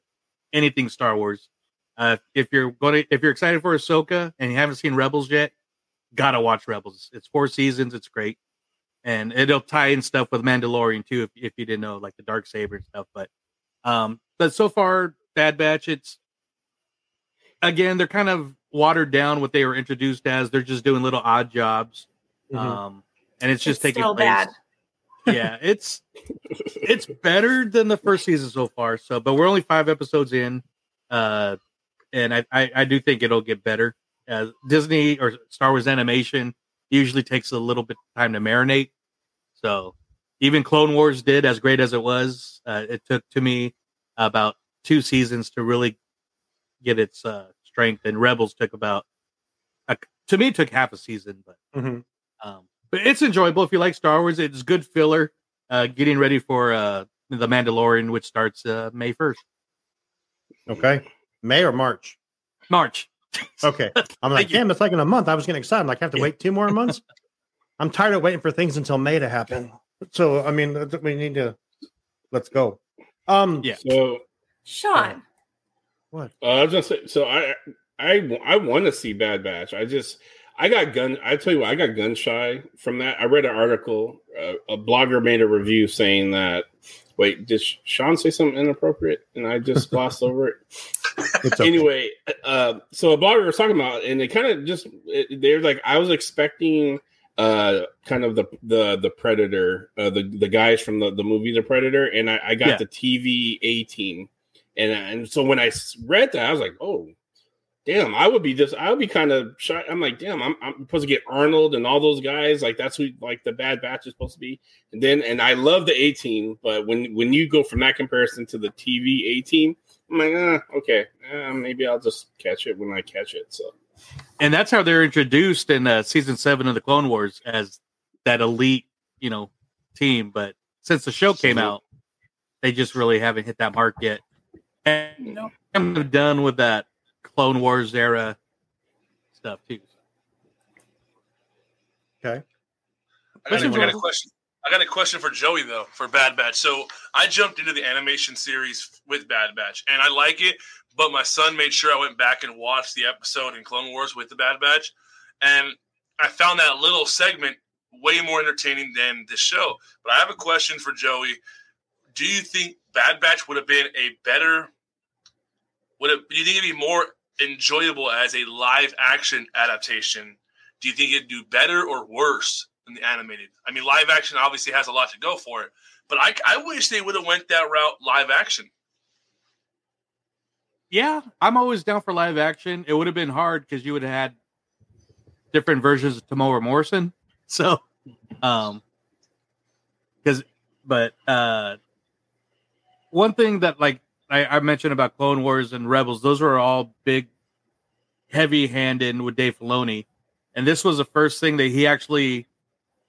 Speaker 8: anything Star Wars. Uh, if you're going to, if you're excited for Ahsoka and you haven't seen Rebels yet, gotta watch Rebels. It's four seasons. It's great, and it'll tie in stuff with Mandalorian too. If if you didn't know, like the dark saber and stuff. But um, but so far, Bad Batch, it's again they're kind of watered down what they were introduced as. They're just doing little odd jobs.
Speaker 2: Mhm.
Speaker 8: Um, and it's just taking
Speaker 5: so
Speaker 8: place.
Speaker 5: bad.
Speaker 8: yeah, it's it's better than the first season so far. So, but we're only five episodes in, uh, and I, I I do think it'll get better. Uh, Disney or Star Wars animation usually takes a little bit of time to marinate. So, even Clone Wars did as great as it was. Uh, it took to me about two seasons to really get its uh, strength, and Rebels took about a, to me it took half a season, but.
Speaker 2: Mhm.
Speaker 8: Um, but it's enjoyable if you like Star Wars. It's good filler. Uh, getting ready for uh, the Mandalorian, which starts uh, May first.
Speaker 2: Okay, May or March?
Speaker 8: March.
Speaker 2: Okay, I'm like, damn, it's like in a month. I was getting excited. I'm like, I have to wait two more months. I'm tired of waiting for things until May to happen. So I mean, th- we need to let's go. Um,
Speaker 8: yeah.
Speaker 7: So
Speaker 5: Sean,
Speaker 7: Uh, I was gonna say, so I I I want to see Bad Batch. I just I got gun. I tell you what, I got gun shy from that. I read an article. Uh, a blogger made a review saying that. Wait, did Sean say something inappropriate? And I just glossed over it. Anyway, uh, so a blogger was talking about, and they kind of just it- they're like, I was expecting uh kind of the the the predator uh, the the guys from the, the movie the predator and i, I got
Speaker 8: Yeah.
Speaker 7: the tv a team and uh, and so when i s- read that i was like oh damn i would be just i would be kind of shy i'm like damn I'm, I'm supposed to get arnold and all those guys like that's who like the bad batch is supposed to be and then and i love the a team but when when you go from that comparison to the tv a team i'm like uh, okay uh, maybe i'll just catch it when i catch it so
Speaker 8: and that's how they're introduced in uh, season seven of the Clone Wars as that elite, you know, team. But since the show came out, they just really haven't hit that mark yet. And you know, I'm done with that Clone Wars era stuff too.
Speaker 2: Okay.
Speaker 6: I got, a, I got a
Speaker 8: enjoyable.
Speaker 6: question. I got a question for Joey though for Bad Batch. So I jumped into the animation series with Bad Batch, and I like it. But my son made sure I went back and watched the episode in Clone Wars with the Bad Batch, and I found that little segment way more entertaining than the show. But I have a question for Joey. Do you think Bad Batch would have been a better? Would it? Do you think it'd be more enjoyable as a live action adaptation do you think it'd do better or worse than the animated? I mean, live action obviously has a lot to go for it, but I, I wish they would have went that route live action.
Speaker 8: Yeah, I'm always down for live action. It would have been hard because you would have had different versions of Tamora Morrison. So, um, because but uh, one thing that like I, I mentioned about Clone Wars and Rebels, those were all big, heavy-handed with Dave Filoni, and this was the first thing that he actually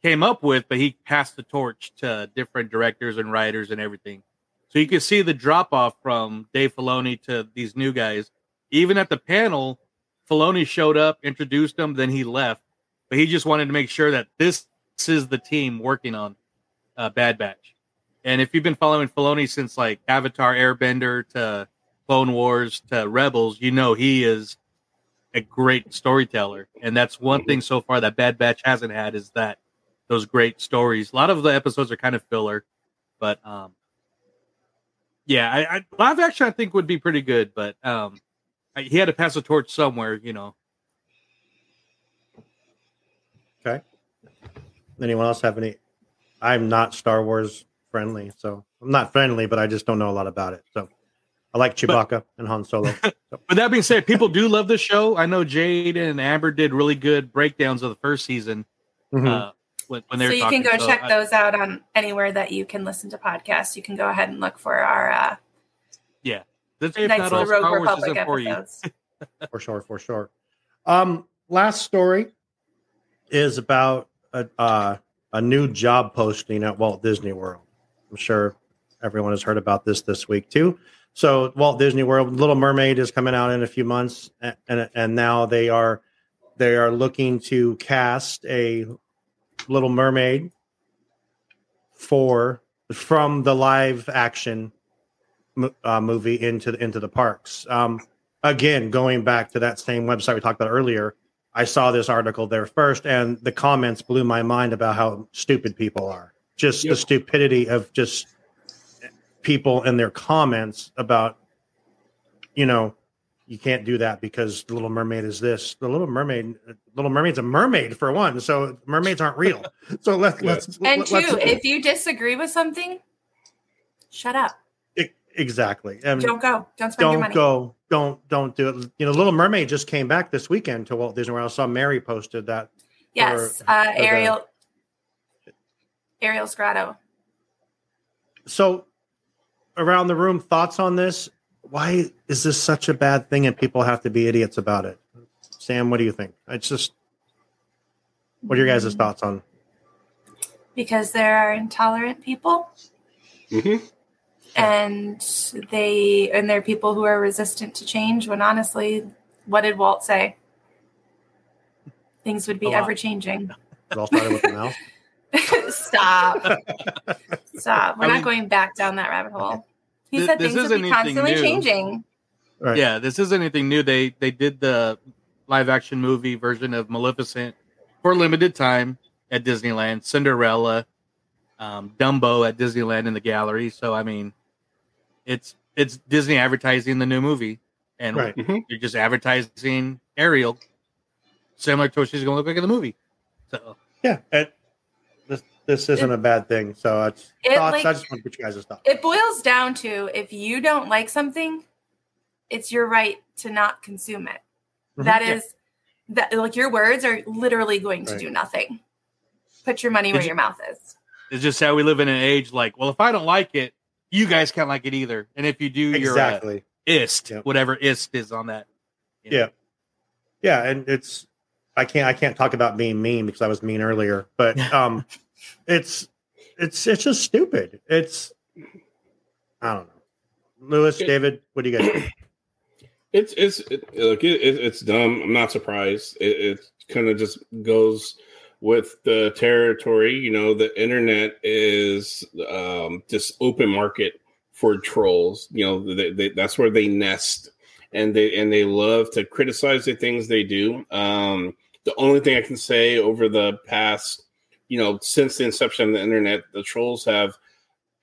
Speaker 8: came up with, but he passed the torch to different directors and writers and everything. So you can see the drop off from Dave Filoni to these new guys. Even at the panel, Filoni showed up, introduced them, then he left. But he just wanted to make sure that this is the team working on uh, Bad Batch. And if you've been following Filoni since like Avatar Airbender to Clone Wars to Rebels, you know he is a great storyteller. And that's one thing so far that Bad Batch hasn't had is that those great stories. A lot of the episodes are kind of filler, but um, yeah, I, I live action I think would be pretty good, but um, I, he had to pass the torch somewhere, you know.
Speaker 2: Okay. Anyone else have any? I'm not Star Wars friendly, so I'm not friendly, but I just don't know a lot about it. So I like Chewbacca and Han Solo.
Speaker 8: But that being said, people do love the show. I know Jade and Amber did really good breakdowns of the first season.
Speaker 2: Mhm.
Speaker 8: Uh, when, when they
Speaker 5: so
Speaker 8: were
Speaker 5: you
Speaker 8: talking,
Speaker 5: can go
Speaker 8: so uh,
Speaker 5: check
Speaker 8: I-
Speaker 5: those out on anywhere that you can listen to podcasts. You can go ahead and look for our uh,
Speaker 8: Yeah, That's- if
Speaker 5: Knights of
Speaker 8: not all
Speaker 5: the Rogue
Speaker 8: Star Wars
Speaker 5: Republic
Speaker 8: isn't for you.
Speaker 5: episodes.
Speaker 2: for sure, for sure. Um, last story is about a uh, a new job posting at Walt Disney World. I'm sure everyone has heard about this this week too. So Walt Disney World, Little Mermaid is coming out in a few months, a- and and now they are they are looking to cast a Little Mermaid for from the live action mo- uh, movie into the, into the parks. Um, again, going back to that same website we talked about earlier, I saw this article there first, and the comments blew my mind about how stupid people are. Just the stupidity of just people and their comments about, you know, you can't do that because the Little Mermaid is this. The Little Mermaid, Little Mermaid's a mermaid for one, so mermaids aren't real. So let, let's
Speaker 5: And
Speaker 2: let,
Speaker 5: two, if you disagree with something, shut up.
Speaker 2: E-, exactly I mean,
Speaker 5: don't go. Don't spend your
Speaker 2: Um, don't
Speaker 5: money.
Speaker 2: go don't don't do it you know little mermaid just came back this weekend to walt disney world i saw mary posted that
Speaker 5: Yes,
Speaker 2: for-
Speaker 5: uh,
Speaker 2: for the-
Speaker 5: Ariel. Ariel's grotto.
Speaker 2: so around the room thoughts on this why is this such a bad thing and people have to be idiots about it sam what do you think it's just what are your guys' thoughts on
Speaker 5: because there are intolerant people
Speaker 7: Mm-hmm.
Speaker 5: and they and there are people who are resistant to change when honestly what did walt say things would
Speaker 2: A
Speaker 5: be
Speaker 2: lot.
Speaker 5: ever changing
Speaker 2: it all started with the mouth
Speaker 5: stop stop we're
Speaker 8: I
Speaker 5: not
Speaker 8: mean-
Speaker 5: going back down that rabbit hole he
Speaker 8: Th-
Speaker 5: said
Speaker 8: this
Speaker 5: things would
Speaker 8: isn't
Speaker 5: be
Speaker 8: anything
Speaker 5: constantly
Speaker 8: new.
Speaker 5: changing
Speaker 8: Yeah, this isn't anything new. They they did the live action movie version of Maleficent for a limited time at Disneyland, Cinderella, um, Dumbo at Disneyland in the gallery. So I mean, it's it's Disney advertising the new movie, and
Speaker 2: Right.
Speaker 8: you're just advertising Ariel, similar to what she's going to look like in the movie. So
Speaker 2: yeah it, this this isn't a bad thing so it's
Speaker 5: It,
Speaker 2: thoughts
Speaker 5: like-
Speaker 2: i just want to get you guys' thoughts
Speaker 5: it boils down to if you don't like something it's your right to not consume it
Speaker 8: Mm-hmm.
Speaker 2: Mhm.
Speaker 5: That is
Speaker 2: Yeah.
Speaker 5: that like your words are literally going to
Speaker 8: Right.
Speaker 5: do nothing put your money where
Speaker 8: Did you-
Speaker 5: your mouth is
Speaker 8: it's just how we live in an age like, well, if I don't like it, you guys can't like it either. And if you do,
Speaker 2: Exactly.
Speaker 8: you're uh, ist, whatever ist is on that.
Speaker 2: yeah yeah and it's i can't i can't talk about being mean because i was mean earlier but um it's it's it's just stupid it's i don't know lewis david what do you guys think?
Speaker 7: It's it's it, look it, it, it's dumb. I'm not surprised. It, it kind of just goes with the territory. You know, the internet is um, just open market for trolls. You know, they, they, that's where they nest, and they and they love to criticize the things they do. Um, the only thing I can say over the past, you know, since the inception of the internet, the trolls have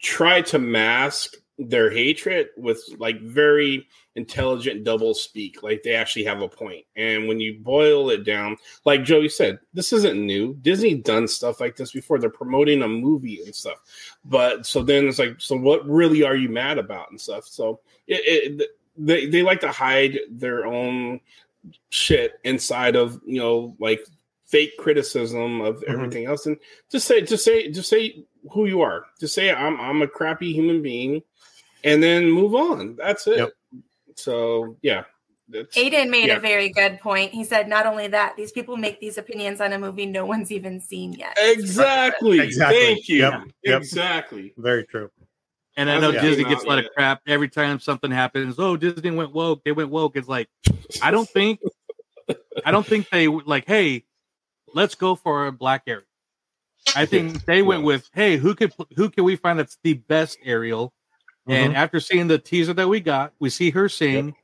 Speaker 7: try to mask their hatred with like very intelligent double speak like they actually have a point and when you boil it down like joey said this isn't new disney done stuff like this before they're promoting a movie and stuff but so then it's like so what really are you mad about and stuff so it, it they, they like to hide their own shit inside of you know like fake criticism of everything else and just say just say just say who you are just say i'm i'm a crappy human being and then move on that's it so yeah that's-
Speaker 5: aiden made
Speaker 7: yeah.
Speaker 5: a very good point he said not only that these people make these opinions on a movie no one's even seen yet
Speaker 7: exactly
Speaker 2: Exactly.
Speaker 7: thank you
Speaker 2: Yep. Yep.
Speaker 7: exactly
Speaker 2: very true
Speaker 8: And I know
Speaker 7: Yeah.
Speaker 8: Disney gets a lot
Speaker 7: Yeah.
Speaker 8: of crap every time something happens. Oh, Disney went woke. They went woke. It's like I don't think, I don't think they w- like. Hey, let's go for a black Ariel. I think they went with, hey, who could pl- who can we find that's the best Ariel? And
Speaker 2: Mm-hmm.
Speaker 7: Mhm.
Speaker 8: after seeing the teaser that we got, we see her sing.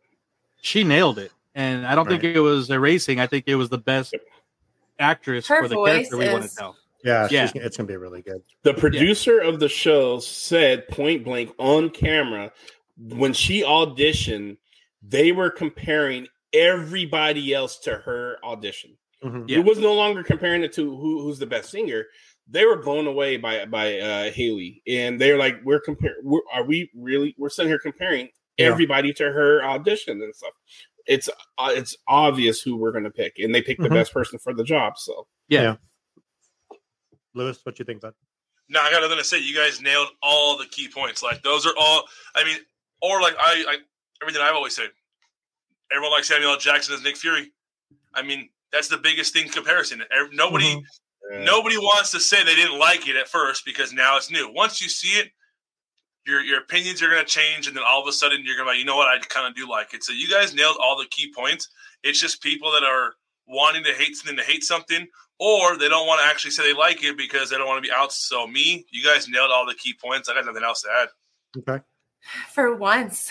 Speaker 8: She nailed it, and I don't think it was erasing. I think it was the best actress
Speaker 5: Her
Speaker 8: for the
Speaker 5: voice
Speaker 8: character we want
Speaker 5: is-
Speaker 8: to tell.
Speaker 2: yeah,
Speaker 8: Yeah.
Speaker 2: she's- it's gonna be really good
Speaker 7: The producer of the show said point blank on camera when she auditioned, they were comparing everybody else to her audition.
Speaker 2: Mhm.
Speaker 7: It was no longer comparing it to who, who's the best singer. They were blown away by by uh, Haley, and they're like, "We're comparing. Are we really? We're sitting here comparing
Speaker 2: Yeah.
Speaker 7: everybody to her audition and stuff." It's uh, it's obvious who we're going to pick, and they picked
Speaker 2: Mhm.
Speaker 7: the best person for the job. So
Speaker 8: yeah,
Speaker 2: lewis what you think about
Speaker 6: No, I got nothing to say. You guys nailed all the key points. Like those are all. I mean, or like I, I everything I've always said. Everyone likes Samuel L. Jackson as Nick Fury. I mean, that's the biggest thing comparison. Ev- Nobody,
Speaker 7: uh,
Speaker 6: nobody wants to say they didn't like it at first because now it's new. Once you see it, your your opinions are going to change, and then all of a sudden you're going to be like, you know what, I kind of do like it. So you guys nailed all the key points. It's just people that are wanting to hate something to hate something, or they don't want to actually say they like it because they don't want to be out. So me, you guys nailed all the key points. I got nothing else to add.
Speaker 2: okay
Speaker 5: for once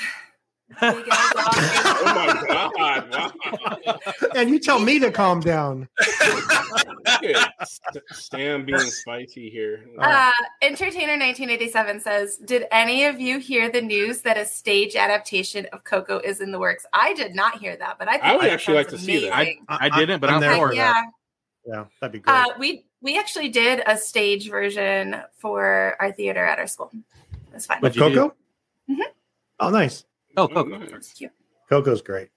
Speaker 7: oh my god! Wow.
Speaker 2: And you tell me to calm down.
Speaker 7: Good. St- Stan being spicy here.
Speaker 5: Uh, Entertainer 1987 says, Did any of you hear the news that a stage adaptation of Coco is in the works? I did not hear that, but I think
Speaker 7: I would
Speaker 5: that
Speaker 7: actually like
Speaker 5: sounds
Speaker 7: to see that.
Speaker 5: amazing.
Speaker 8: I didn't, but I'm
Speaker 5: Uh,
Speaker 8: for
Speaker 5: yeah.
Speaker 8: that.
Speaker 2: Yeah, that'd be
Speaker 5: Uh, we we actually did a stage version for our theater at our school. It was fun.
Speaker 2: With Coco?
Speaker 5: Mhm.
Speaker 2: Oh, nice.
Speaker 8: Oh, Coco.
Speaker 5: It's cute.
Speaker 2: Coco's great.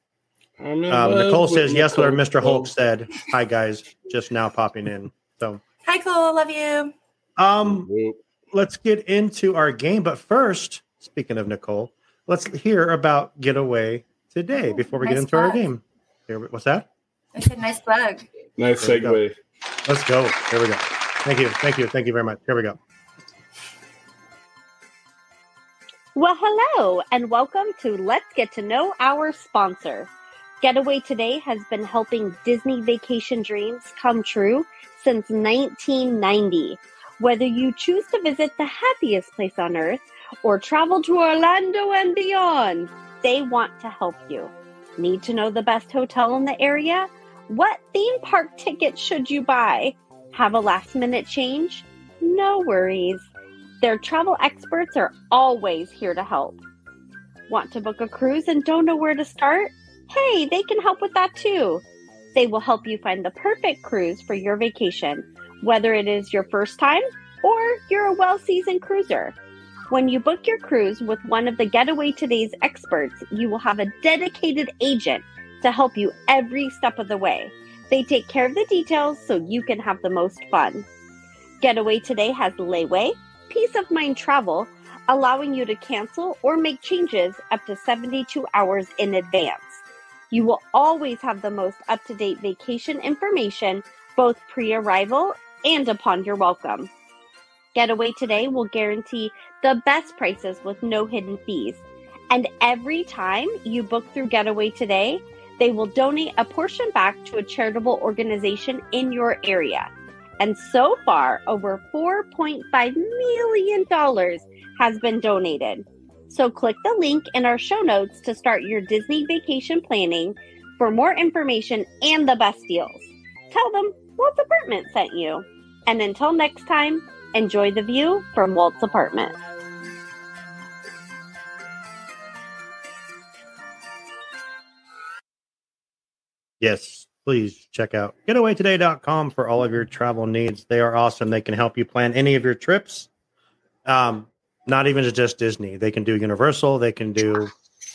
Speaker 7: Um,
Speaker 2: Um, Nicole says, yes, what Mr. Holt said. Hi, guys. Just now popping in. So
Speaker 5: Hi, Cole. Love you.
Speaker 2: um, let's get into our game. But first, speaking of Nicole, let's hear about Getaway today before we get
Speaker 5: nice
Speaker 2: into our
Speaker 5: plug.
Speaker 2: game. Here, we- what's that?
Speaker 5: I said, nice plug.
Speaker 7: Nice
Speaker 2: There we go.
Speaker 7: segue.
Speaker 2: Let's go. Here we go. Thank you. Thank you. Thank you very much. Here we go.
Speaker 13: Well, hello, and welcome to Let's Get to Know Our Sponsor. Getaway Today has been helping Disney vacation dreams come true since 1990. Whether you choose to visit the happiest place on earth or travel to Orlando and beyond, they want to help you. Need to know the best hotel in the area? What theme park ticket should you buy? Have a last minute change? No worries. Their travel experts are always here to help. Want to book a cruise and don't know where to start? Hey, they can help with that too. They will help you find the perfect cruise for your vacation, whether it is your first time or you're a well seasoned cruiser. When you book your cruise with one of the Getaway Today's experts, you will have a dedicated agent to help you every step of the way. They take care of the details so you can have the most fun. Getaway Today has layaway, peace of mind travel, allowing you to cancel or make changes up to 72 hours in advance. You will always have the most up to date vacation information, both pre arrival and upon your welcome. Getaway Today will guarantee the best prices with no hidden fees. And every time you book through Getaway Today, they will donate a portion back to a charitable organization in your area. And so far, over $4.5 million has been donated. So click the link in our show notes to start your Disney vacation planning for more information and the best deals. Tell them Walt's Apartment sent you. And until next time, enjoy the view from Walt's Apartment.
Speaker 2: Yes, please check out getawaytoday.com for all of your travel needs. They are awesome. They can help you plan any of your trips. Um, not even just Disney. They can do Universal, they can do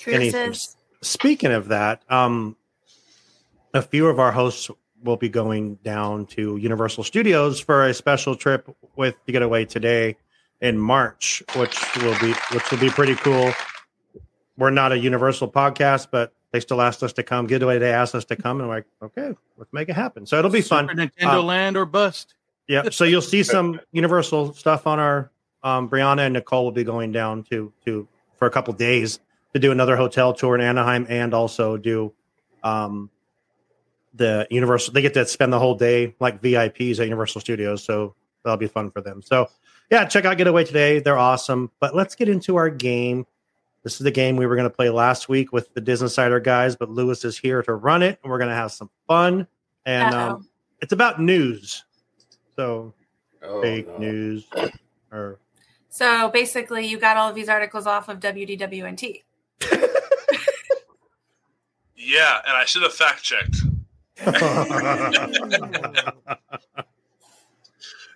Speaker 2: anything.
Speaker 5: Cruises.
Speaker 2: Speaking of that, um, a few of our hosts will be going down to Universal Studios for a special trip with the getaway today in March, which will be which will be pretty cool. We're not a Universal podcast, but they still asked us to come. Getaway they asked us to come, and we're like, okay, let's make it happen. So it'll be fun.
Speaker 8: Super Nintendo
Speaker 2: Uh,
Speaker 8: Land or bust.
Speaker 2: yeah. So you'll see some Universal stuff on our um, Brianna and Nicole will be going down to to for a couple days to do another hotel tour in Anaheim and also do um, the Universal. They get to spend the whole day like VIPs at Universal Studios, so that'll be fun for them. So yeah, check out Getaway today. They're awesome. But let's get into our game. This is the game we were going to play last week with the Disney Insider guys, but Lewis is here to run it, and we're going to have some fun. And
Speaker 5: Uh-oh.
Speaker 2: um, it's about news, so
Speaker 7: Oh,
Speaker 2: fake
Speaker 7: no.
Speaker 2: news or
Speaker 5: So basically, you got all of these articles off of WDWNT.
Speaker 6: Yeah, and I should have fact checked.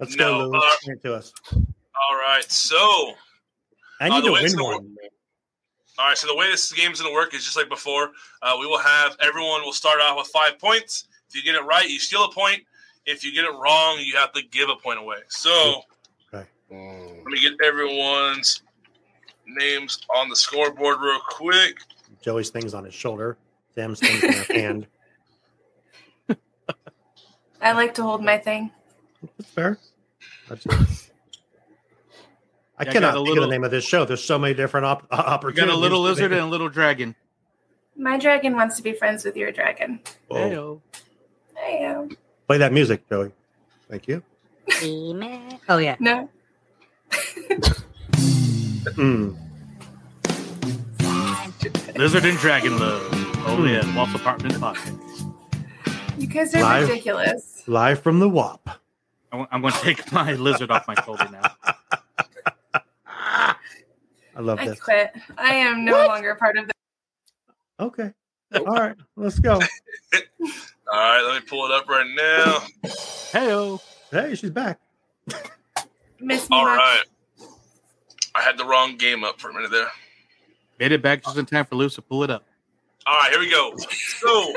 Speaker 2: Let's
Speaker 6: No, uh,
Speaker 2: go, Lewis. Bring it to us.
Speaker 6: All right, so
Speaker 2: I
Speaker 6: uh,
Speaker 2: need
Speaker 6: the
Speaker 2: to
Speaker 6: way it's
Speaker 2: win
Speaker 6: gonna
Speaker 2: one.
Speaker 6: All right, so the way this game's going to work is just like before. Uh, we will have everyone will start off with five points. If you get it right, you steal a point. If you get it wrong, you have to give a point away. So let me get everyone's names on the scoreboard real quick.
Speaker 2: Joey's thing's on his shoulder. Sam's thing's in her hand.
Speaker 5: I like to hold my thing.
Speaker 2: That's fair. That's I
Speaker 8: Yeah, I
Speaker 2: cannot
Speaker 8: got
Speaker 2: think
Speaker 8: a
Speaker 2: of
Speaker 8: little-
Speaker 2: the name of this show. There's so many different op- uh,
Speaker 8: We
Speaker 2: opportunities.
Speaker 8: got a little
Speaker 2: to
Speaker 8: lizard
Speaker 2: make-
Speaker 8: and a little dragon.
Speaker 5: My dragon wants to be friends with your dragon.
Speaker 2: Whoa.
Speaker 5: I am.
Speaker 2: Play that music, Joey. Thank you.
Speaker 14: Oh yeah.
Speaker 5: No.
Speaker 6: Hmm.
Speaker 2: Mm.
Speaker 8: Lizard and Dragon Love. Oh
Speaker 2: Hmm.
Speaker 8: yeah, Waltz Apartment Podcast.
Speaker 5: You guys are
Speaker 2: Live.
Speaker 5: ridiculous.
Speaker 2: Live from the WAP.
Speaker 8: I am going to take my lizard off my shoulder now.
Speaker 2: I love
Speaker 5: I
Speaker 2: this.
Speaker 5: quit. I am no longer part of the.
Speaker 2: Okay. All right, let's go.
Speaker 6: All right, let me pull it up right now.
Speaker 2: Hey, hey, she's back.
Speaker 5: Miss
Speaker 6: All right. I had the wrong game up for a minute there.
Speaker 8: Made it back just in time for Luce to pull it up.
Speaker 6: All right, here we go. So,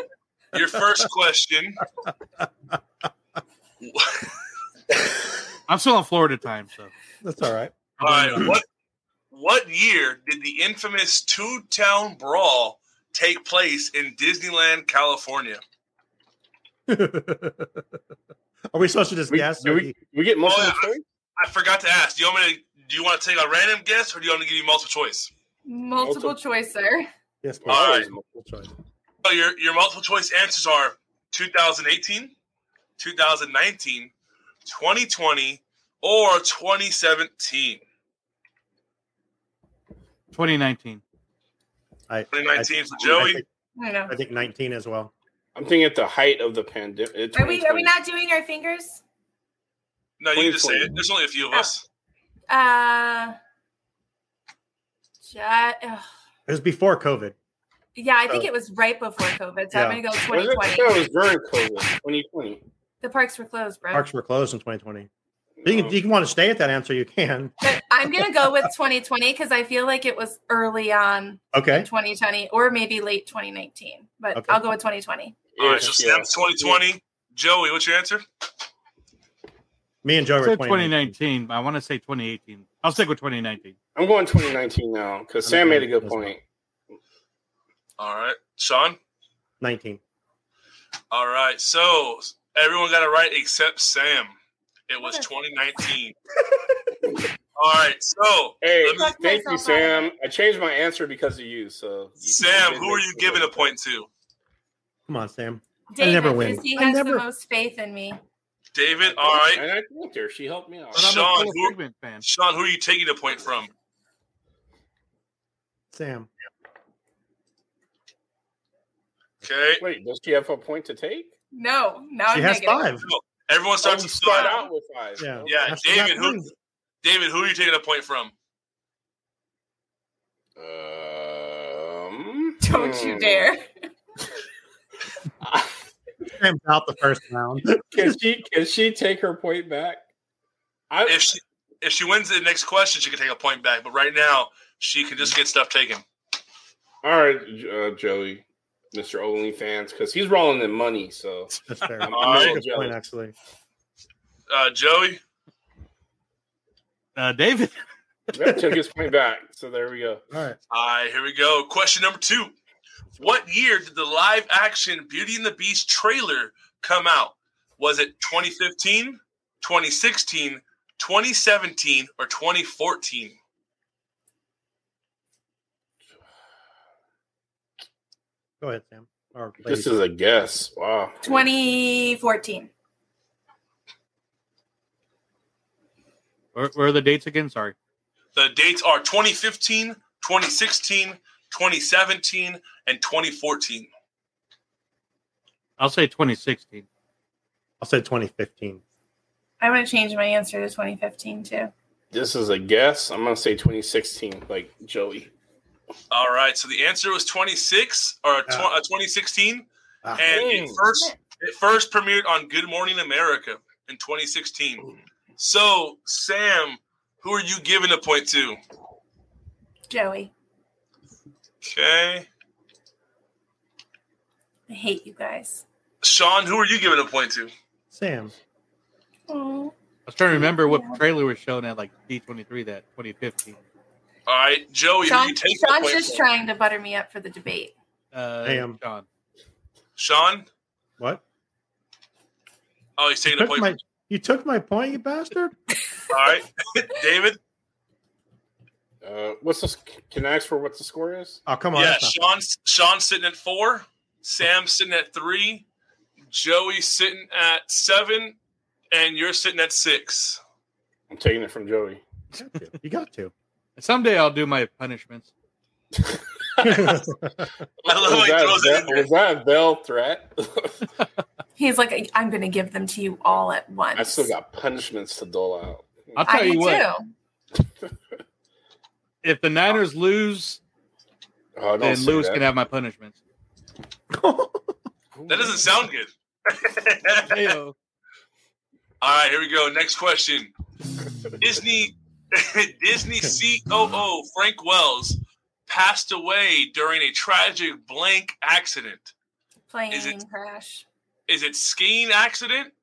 Speaker 6: your first question.
Speaker 8: I'm still on Florida time, so
Speaker 2: that's all right.
Speaker 6: All right, what what year did the infamous Two Town Brawl take place in Disneyland, California?
Speaker 2: Are we supposed to just guess? or
Speaker 7: we, we get multiple choice?
Speaker 6: I forgot to ask. Do you want me to? Do you want to take a random guess, or do you want me to give you multiple choice?
Speaker 5: Multiple choice, sir.
Speaker 2: Yes,
Speaker 6: All right.
Speaker 2: multiple choice.
Speaker 6: So your your multiple choice answers are 2018, 2019, 2020, or 2017.
Speaker 8: 2019.
Speaker 2: I,
Speaker 6: 2019 for Joey.
Speaker 5: I know.
Speaker 2: I think 19 as well.
Speaker 7: I'm thinking at the height of the pandemic. uh,
Speaker 5: Are we? Are we not doing our fingers?
Speaker 6: No, you can just say it. There's only a few of us.
Speaker 5: Uh. Ja- ugh.
Speaker 2: It was before COVID.
Speaker 5: Yeah, I think
Speaker 2: Oh.
Speaker 5: it was right before COVID. So
Speaker 2: Yeah.
Speaker 5: I'm gonna go
Speaker 7: Was it- I thought it was
Speaker 5: 2020.
Speaker 7: during COVID, 2020.
Speaker 5: The parks were closed, bro.
Speaker 2: Parks were closed in 2020. But
Speaker 6: Oh.
Speaker 2: You, can, you can want to stay at that answer. You can.
Speaker 5: But I'm gonna go with 2020 because I feel like it was early on
Speaker 2: Okay.
Speaker 5: in 2020 or maybe late 2019. But
Speaker 2: Okay.
Speaker 5: I'll go with 2020.
Speaker 6: All right, so Snap's 2020. Joey, what's your answer?
Speaker 2: Me and Joe
Speaker 8: I
Speaker 2: were
Speaker 8: said
Speaker 2: 2019.
Speaker 8: 2019. but I want to say 2018. I'll stick with 2019.
Speaker 7: I'm going 2019 now because Sam made a good point.
Speaker 6: All right, Sean.
Speaker 2: 19.
Speaker 6: All right, so everyone got it right except Sam. It was 2019. All right, so
Speaker 7: Hey,
Speaker 6: let me-
Speaker 7: thank you, Sam. I changed my answer because of you. So,
Speaker 6: Sam, who are you giving a point to?
Speaker 2: Come on, Sam.
Speaker 5: David,
Speaker 2: I never
Speaker 5: 'cause
Speaker 2: win.
Speaker 5: He
Speaker 2: I
Speaker 5: has
Speaker 2: never.
Speaker 5: the most faith in me.
Speaker 6: David. All right,
Speaker 7: and I thanked her. She helped me out.
Speaker 6: Sean. Who, Sean, who are you taking a point from?
Speaker 2: Sam.
Speaker 6: Okay.
Speaker 7: Wait, does she have a point to take?
Speaker 5: No, now
Speaker 7: She
Speaker 5: I'm
Speaker 7: has
Speaker 5: negative.
Speaker 7: five.
Speaker 6: No, everyone starts
Speaker 7: Oh,
Speaker 6: to
Speaker 7: you start out with five.
Speaker 6: Yeah,
Speaker 7: Okay. That's what
Speaker 6: David.
Speaker 7: happened.
Speaker 6: Who, David, who are you taking a point from?
Speaker 7: Um,
Speaker 5: Don't you dare.
Speaker 2: Sam's out the first round.
Speaker 7: Can she can she take her point back?
Speaker 6: if she if she wins the next question, she can take a point back. But right now, she can just get stuff taken.
Speaker 7: All right, uh, Joey, Mister OnlyFans, because he's rolling in money. So
Speaker 2: that's fair.
Speaker 7: I'm
Speaker 6: All
Speaker 7: a little
Speaker 6: right.
Speaker 7: jealous.
Speaker 2: Point, actually.
Speaker 6: Uh, Joey.
Speaker 8: Uh, David.
Speaker 7: Yep, took his point back. So there we go.
Speaker 2: All right.
Speaker 6: All right, here we go. Question number two. What year did the live action Beauty and the Beast trailer come out? Was it 2015, 2016, 2017, or 2014?
Speaker 2: Go ahead, Sam. Or
Speaker 7: This
Speaker 2: ladies.
Speaker 7: is a guess. Wow.
Speaker 5: 2014.
Speaker 8: Where, where are the dates again? Sorry.
Speaker 6: The dates are 2015, 2016, 2017, and 2014.
Speaker 8: I'll say 2016.
Speaker 2: I'll say 2015.
Speaker 5: I'm gonna change my answer to 2015 too.
Speaker 7: This is a guess. I'm gonna say 2016, like Joey.
Speaker 6: All right, so the answer was 26 or tw- uh, 2016,
Speaker 2: Ah.
Speaker 6: and it first it first premiered on Good Morning America in 2016. So, Sam, who are you giving a point to?
Speaker 5: Joey,
Speaker 6: Okay,
Speaker 5: I hate you guys.
Speaker 6: Sean, who are you giving a point to?
Speaker 2: Sam.
Speaker 5: Oh.
Speaker 8: I was trying to remember what trailer was shown at like D23 that 2015.
Speaker 6: All right, Joey, who are
Speaker 5: Sean,
Speaker 6: you taking a
Speaker 5: Sean's
Speaker 6: point
Speaker 5: just
Speaker 6: from?
Speaker 5: trying to butter me up for the debate.
Speaker 8: Uh,
Speaker 2: I am.
Speaker 8: Sean.
Speaker 6: Sean,
Speaker 2: What?
Speaker 6: oh, he's taking a
Speaker 2: Took
Speaker 6: point.
Speaker 2: my, you took my point, you bastard.
Speaker 6: All right, David.
Speaker 7: Uh, what's this? Can I ask for what the score is?
Speaker 2: Oh, come on.
Speaker 6: yeah,
Speaker 2: that's not-
Speaker 6: Sean's Sean's sitting at four, Sam sitting at three, Joey sitting at seven, and you're sitting at six.
Speaker 7: I'm taking it from Joey.
Speaker 2: you got to.
Speaker 8: Someday I'll do my punishments.
Speaker 6: was,
Speaker 7: that a Vel- was that a Vel threat?
Speaker 5: He's like, I'm going to give them to you all at once.
Speaker 7: I still got punishments to dole out.
Speaker 8: I'll tell
Speaker 5: I
Speaker 8: you
Speaker 5: do
Speaker 8: what.
Speaker 5: too.
Speaker 8: If the Niners lose,
Speaker 7: Oh, don't
Speaker 8: then
Speaker 7: say
Speaker 8: Lewis
Speaker 7: that.
Speaker 8: can have my punishments.
Speaker 6: That doesn't sound good. All right, here we go. Next question. Disney Disney COO Frank Wells passed away during a tragic blank accident.
Speaker 5: Plane
Speaker 6: Is it-
Speaker 5: crash.
Speaker 6: Is it skiing accident,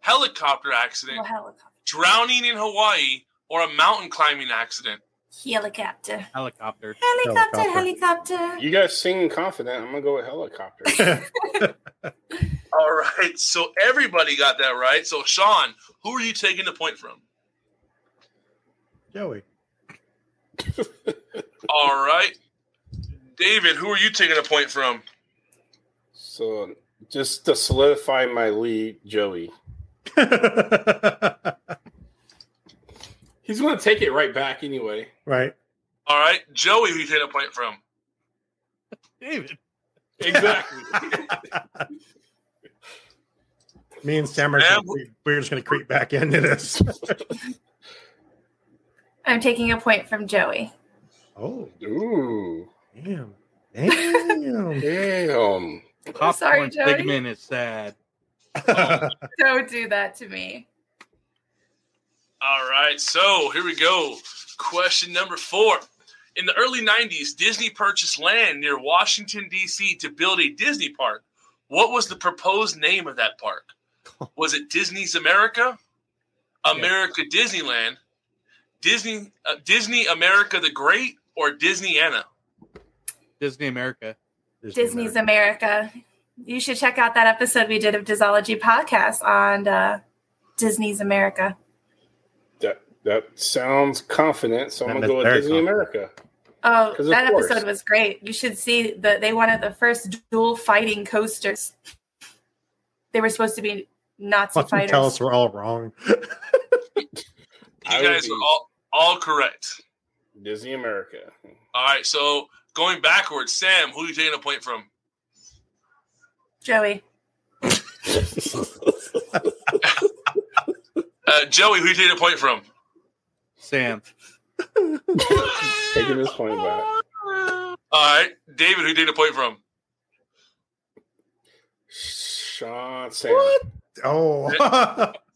Speaker 6: helicopter accident,
Speaker 5: Well, helicopter.
Speaker 6: drowning in Hawaii, or a mountain climbing accident?
Speaker 5: Helicopter.
Speaker 8: Helicopter.
Speaker 5: Helicopter. Helicopter.
Speaker 7: You guys seem confident. I'm gonna go with helicopter.
Speaker 6: All right, so everybody got that right. So Sean, who are you taking the point from?
Speaker 2: Joey.
Speaker 6: All right, David, who are you taking a point from?
Speaker 7: so just to solidify my lead, Joey. He's gonna take it right back anyway.
Speaker 2: Right.
Speaker 6: All right, Joey, who you taking a point from?
Speaker 8: David.
Speaker 6: Exactly.
Speaker 2: Me and Sam are gonna, we're just going to creep back into this.
Speaker 5: I'm taking a point from Joey.
Speaker 2: oh,
Speaker 7: Ooh.
Speaker 2: Damn. Damn.
Speaker 7: Damn.
Speaker 8: Popcorn
Speaker 5: sorry, Joey.
Speaker 8: figment is sad.
Speaker 5: Don't do that to me.
Speaker 6: All right, so here we go. Question number four. In the early 90s, Disney purchased land near Washington, D.C. to build a Disney park. What was the proposed name of that park? Was it Disney's America, America Disneyland, Disney uh, Disney America the Great, or Disney Anna?
Speaker 8: Disney America.
Speaker 5: Disney's America. You should check out that episode we did of Disology podcast on uh, Disney's America.
Speaker 7: That that sounds confident, so I'm
Speaker 2: That
Speaker 7: gonna go with
Speaker 2: is very
Speaker 7: Disney
Speaker 2: confident.
Speaker 7: America.
Speaker 5: Oh,
Speaker 7: 'Cause of
Speaker 5: that
Speaker 7: course.
Speaker 5: episode was great. You should see that they wanted the first dual fighting coasters. They were supposed to be Nazi
Speaker 2: Watch them
Speaker 5: fighters.
Speaker 2: tell us we're all wrong.
Speaker 6: You guys are all, all correct.
Speaker 7: Disney America.
Speaker 6: All right, so going backwards, Sam, who are you taking a point from?
Speaker 5: Joey.
Speaker 6: Uh, Joey, who are you taking a point from?
Speaker 8: Sam.
Speaker 7: Taking this point back.
Speaker 6: All right, David, who are you taking a point from?
Speaker 7: Sean Sam.
Speaker 2: Oh.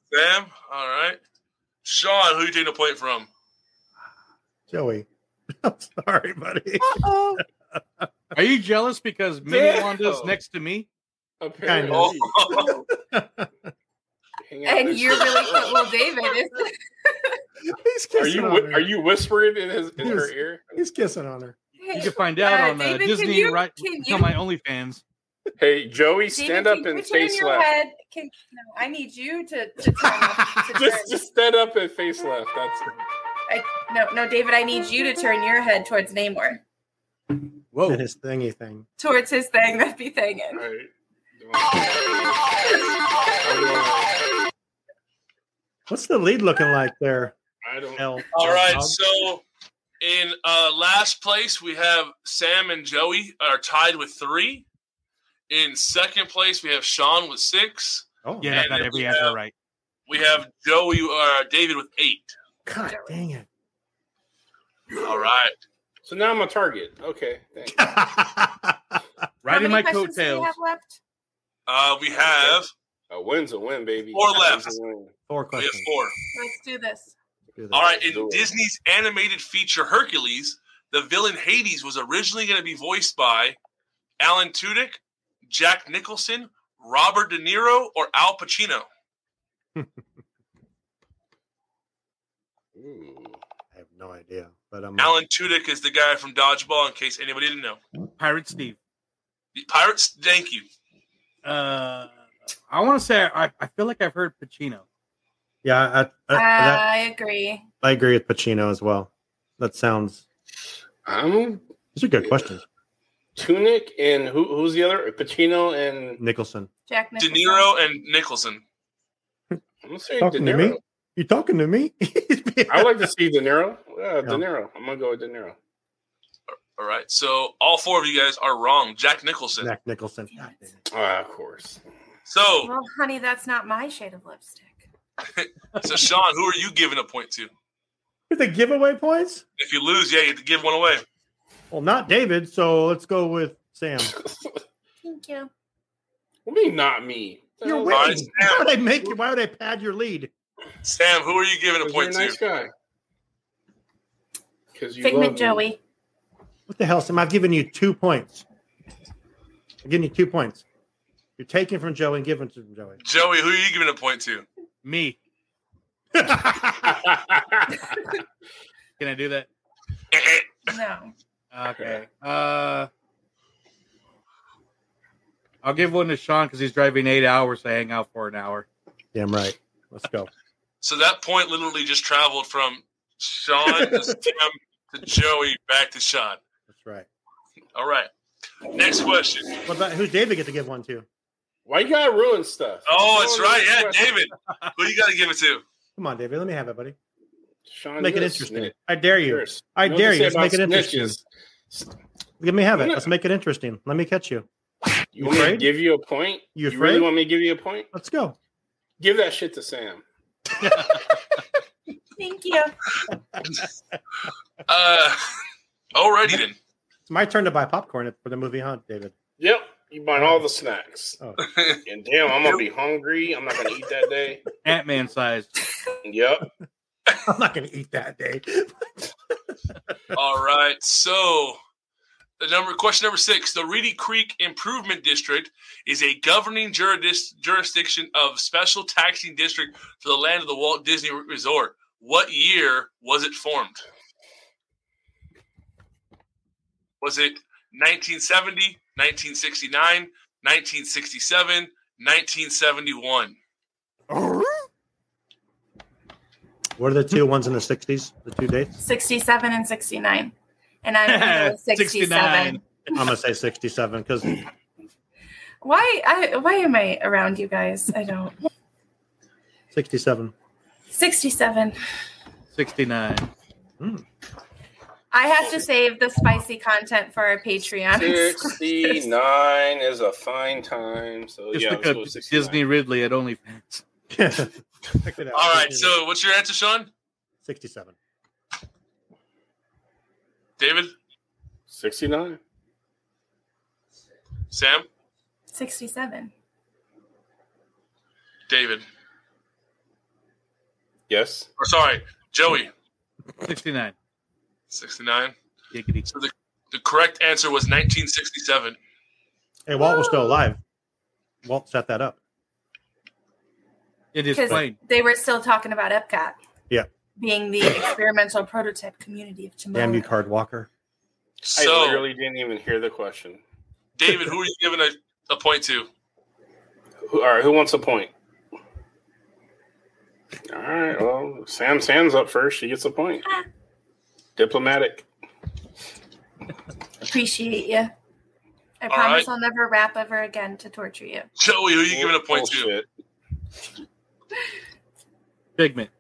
Speaker 6: Sam, all right. Sean, who you taking a point from?
Speaker 2: Joey. I'm sorry, buddy.
Speaker 8: Are you jealous because Minnie
Speaker 2: Damn.
Speaker 8: Wanda's next to me?
Speaker 7: Apparently.
Speaker 5: And you're really cool, well, David. Isn't it?
Speaker 7: are you
Speaker 2: on
Speaker 7: whi- are you whispering in his in her
Speaker 2: He's-
Speaker 7: ear?
Speaker 2: He's kissing on her.
Speaker 8: You can find out
Speaker 5: Uh,
Speaker 8: on uh,
Speaker 5: David, can
Speaker 8: Disney
Speaker 5: you-
Speaker 8: right
Speaker 5: can
Speaker 8: on my OnlyFans.
Speaker 7: Hey Joey,
Speaker 5: David,
Speaker 7: stand
Speaker 5: can
Speaker 7: up and
Speaker 5: you turn
Speaker 7: face
Speaker 5: your
Speaker 7: left.
Speaker 5: head? Can, no, I need you to, to turn. to turn.
Speaker 7: Just just stand up and face left. That's
Speaker 5: I, no, no, David, I need you to turn your head towards Namor,
Speaker 2: Whoa. And his thingy thing.
Speaker 5: towards his thing that be thinging.
Speaker 2: What's the lead looking like there?
Speaker 7: I don't
Speaker 2: know.
Speaker 6: All right, so in uh, last place we have Sam and Joey are tied with three. In second place we have Sean with six.
Speaker 2: Oh,
Speaker 8: yeah, I got every answer right.
Speaker 6: We have Joey uh, David with eight.
Speaker 2: God dang it.
Speaker 6: All right.
Speaker 7: So now I'm a target. Okay. Thanks.
Speaker 8: Right in my
Speaker 5: questions do we
Speaker 8: coattails.
Speaker 5: have left?
Speaker 6: Uh, we have
Speaker 7: a win's a win, baby.
Speaker 6: Four
Speaker 7: A win's
Speaker 6: left.
Speaker 7: a win.
Speaker 2: Four
Speaker 6: We have four.
Speaker 5: Let's do this.
Speaker 6: All right,
Speaker 7: Do
Speaker 6: in
Speaker 7: it.
Speaker 6: Disney's animated feature Hercules, the villain Hades was originally going to be voiced by Alan Tudyk, Jack Nicholson, Robert De Niro, or Al Pacino.
Speaker 2: I have no idea. But
Speaker 7: Hmm.
Speaker 2: I'm
Speaker 6: Alan Tudyk is the guy from Dodgeball, in case anybody didn't know.
Speaker 8: Pirate Steve.
Speaker 6: The Pirates, thank you.
Speaker 8: Uh, I want to say I, I feel like I've heard Pacino.
Speaker 2: yeah, I,
Speaker 5: Uh,
Speaker 2: I- Uh, that-
Speaker 5: I agree.
Speaker 2: I agree with Pacino as well. That sounds
Speaker 7: Um
Speaker 2: those are good questions.
Speaker 7: Tunic and who who's the other? Pacino and
Speaker 2: Nicholson.
Speaker 5: Jack
Speaker 6: De Niro and Nicholson.
Speaker 7: I'm gonna say De
Speaker 2: Talking to me?
Speaker 7: Niro.
Speaker 2: You talking to me?
Speaker 7: I like to see De Niro. Uh,
Speaker 2: Yeah.
Speaker 7: De Niro. I'm gonna go with De Niro.
Speaker 6: All right. So all four of you guys are wrong. Jack Nicholson.
Speaker 2: Jack Nicholson.
Speaker 7: Ah, of course.
Speaker 6: So,
Speaker 5: Well, honey, that's not my shade of lipstick.
Speaker 6: so Sean, who are you giving a point to?
Speaker 2: With the giveaway points?
Speaker 6: If you lose, yeah, you have to give one away.
Speaker 2: Well, not David. So let's go with Sam.
Speaker 5: Thank you.
Speaker 7: What do you mean, not me?
Speaker 2: You're
Speaker 7: All
Speaker 2: winning.
Speaker 7: right,
Speaker 2: Why would I make you? Why would I pad your lead?
Speaker 6: Sam, who are you giving a point
Speaker 7: you're a nice
Speaker 6: to?
Speaker 7: guy. Because you
Speaker 5: Figment
Speaker 7: love me.
Speaker 5: Joey.
Speaker 2: What the hell, Sam? I've given you two points. I'm giving you two points. You're taking from Joey and giving to Joey.
Speaker 6: Joey, who are you giving a point to?
Speaker 8: Me. Can I do that?
Speaker 6: Eh,
Speaker 5: No.
Speaker 8: Okay. Uh, I'll give one to Sean because he's driving eight hours to hang out for an hour.
Speaker 2: Damn right. Let's go.
Speaker 6: So that point literally just traveled from Sean to Sam to Joey back to Sean.
Speaker 2: That's right.
Speaker 6: All right. Next question.
Speaker 2: What about who's David get to give one to?
Speaker 7: Why you gotta ruin stuff?
Speaker 6: Oh, that's right. Yeah, David. Who you got to give it to?
Speaker 2: Come on, David. Let me have it, buddy.
Speaker 7: Sean,
Speaker 2: make it
Speaker 7: you're a
Speaker 2: interesting.
Speaker 7: snitch.
Speaker 2: I dare
Speaker 7: You're
Speaker 2: you.
Speaker 7: a s-
Speaker 2: I
Speaker 7: know what
Speaker 2: dare
Speaker 7: they
Speaker 2: you.
Speaker 7: say
Speaker 2: Let's
Speaker 7: about
Speaker 2: make it interesting.
Speaker 7: snitches.
Speaker 2: Let me have it.
Speaker 7: Yeah.
Speaker 2: Let's make it interesting. Let me catch you.
Speaker 7: You want me to
Speaker 2: afraid?
Speaker 7: give you a point?
Speaker 2: You
Speaker 7: really
Speaker 2: afraid?
Speaker 7: want me to give you a point?
Speaker 2: Let's go.
Speaker 7: Give that shit to Sam.
Speaker 5: Thank you.
Speaker 6: Uh, alrighty then.
Speaker 2: It's my turn to buy popcorn for the movie, huh, David?
Speaker 7: Yep, you bought all the snacks.
Speaker 2: Oh.
Speaker 7: And damn, I'm gonna be hungry. I'm not gonna eat that day.
Speaker 8: Ant Man sized.
Speaker 7: Yep.
Speaker 2: I'm not going to eat that day.
Speaker 6: All right. So the number question number six: The Reedy Creek Improvement District is a governing juridis, jurisdiction of special taxing district for the land of the Walt Disney Resort. What year was it formed? Was it 1970, 1969, 1967, 1971?
Speaker 2: What are the two ones in the 60s? The two dates?
Speaker 5: 67 and 69. And I'm gonna go with 67.
Speaker 2: I'm going to say 67 because
Speaker 5: Why I why am I around you guys? I don't.
Speaker 2: 67.
Speaker 5: 67.
Speaker 8: 69.
Speaker 5: Oh, I have to save the spicy content for our Patreon.
Speaker 7: Sixty-nine is a fine time. So
Speaker 8: Just
Speaker 7: yeah,
Speaker 8: look up Disney Ridley at OnlyFans.
Speaker 6: All right. So what's your answer, Sean?
Speaker 2: 67.
Speaker 6: David?
Speaker 7: Sixty-nine.
Speaker 6: Sam?
Speaker 5: 67.
Speaker 6: David?
Speaker 7: Yes.
Speaker 6: Or sorry, Joey?
Speaker 8: 69.
Speaker 6: 69.
Speaker 8: Giggity.
Speaker 6: So the, the correct answer was 1967.
Speaker 2: Hey, Walt was still alive. Walt set that up.
Speaker 8: It
Speaker 5: Because they were still talking about Epcot
Speaker 2: Yeah.
Speaker 5: being the experimental prototype community of tomorrow.
Speaker 2: Damn you, Card Walker.
Speaker 7: I
Speaker 6: So-
Speaker 7: literally didn't even hear the question.
Speaker 6: David, who are you giving a, a point to?
Speaker 7: Who, all right, who wants a point? All right. Well, Sam. Sam's up first. She gets a point. Diplomatic.
Speaker 5: Appreciate you. I
Speaker 7: All
Speaker 5: promise
Speaker 7: right.
Speaker 5: I'll never rap ever again to torture you.
Speaker 6: Joey, who are you giving a point
Speaker 7: to?
Speaker 8: Figment.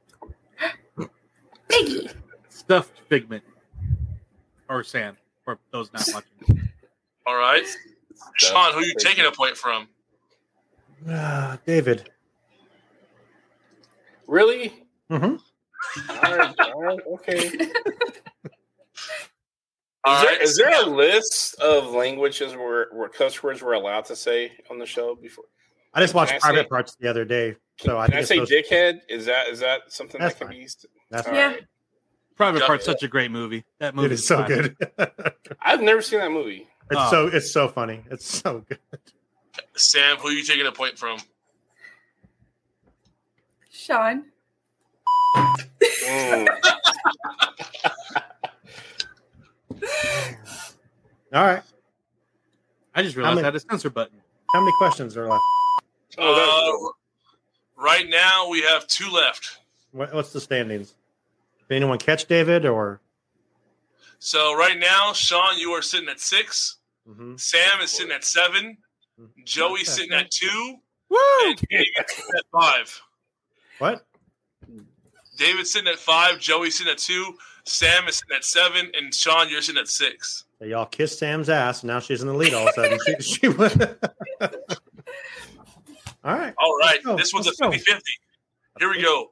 Speaker 5: Biggie.
Speaker 8: Stuffed Figment. Or Sam. For those not watching.
Speaker 6: All right. Sean, who are you taking a point from?
Speaker 2: Ah, David.
Speaker 7: Really?
Speaker 2: Mm-hmm.
Speaker 7: All right. All right. Okay.
Speaker 6: All
Speaker 7: is, there,
Speaker 6: right.
Speaker 7: is there a list of languages where, where cuss words we're allowed to say on the show before?
Speaker 2: I just watched
Speaker 7: Can I
Speaker 2: Private
Speaker 7: say-
Speaker 2: Parts the other day. So
Speaker 7: Can
Speaker 2: I think
Speaker 7: I
Speaker 2: it's
Speaker 7: say
Speaker 2: those-
Speaker 7: dickhead? Is that is that something
Speaker 2: That's
Speaker 7: that can
Speaker 2: fine.
Speaker 7: be used?
Speaker 2: That's
Speaker 7: All
Speaker 5: Yeah.
Speaker 7: right.
Speaker 8: Private
Speaker 7: Got
Speaker 8: Part's
Speaker 7: it.
Speaker 8: such a great movie. That movie
Speaker 2: Dude, it's so
Speaker 8: fine.
Speaker 2: good.
Speaker 7: I've never seen that movie.
Speaker 2: It's
Speaker 8: Oh.
Speaker 2: so it's so funny. It's so good.
Speaker 6: Sam, who are you taking a point from?
Speaker 5: Sean.
Speaker 7: Mm.
Speaker 2: All right.
Speaker 8: I just realized
Speaker 2: I'm a-
Speaker 8: I had a censor button.
Speaker 2: How many questions are left?
Speaker 7: Oh,
Speaker 6: Uh, right now, we have two left.
Speaker 2: What, what's the standings? Did anyone catch David or
Speaker 6: So right now, Sean, you are sitting at 6
Speaker 2: Mhm.
Speaker 6: Sam is sitting at seven. Joey's sitting at two.
Speaker 8: Woo!
Speaker 6: And David's sitting at five.
Speaker 2: what?
Speaker 6: David's sitting at five. Joey's sitting at two. Sam is sitting at seven, and Sean, you're sitting at six.
Speaker 2: So y'all kissed Sam's ass. And now she's in the lead all of a sudden. she, she went. all right.
Speaker 6: All right, this one's a 50 50. Here we go.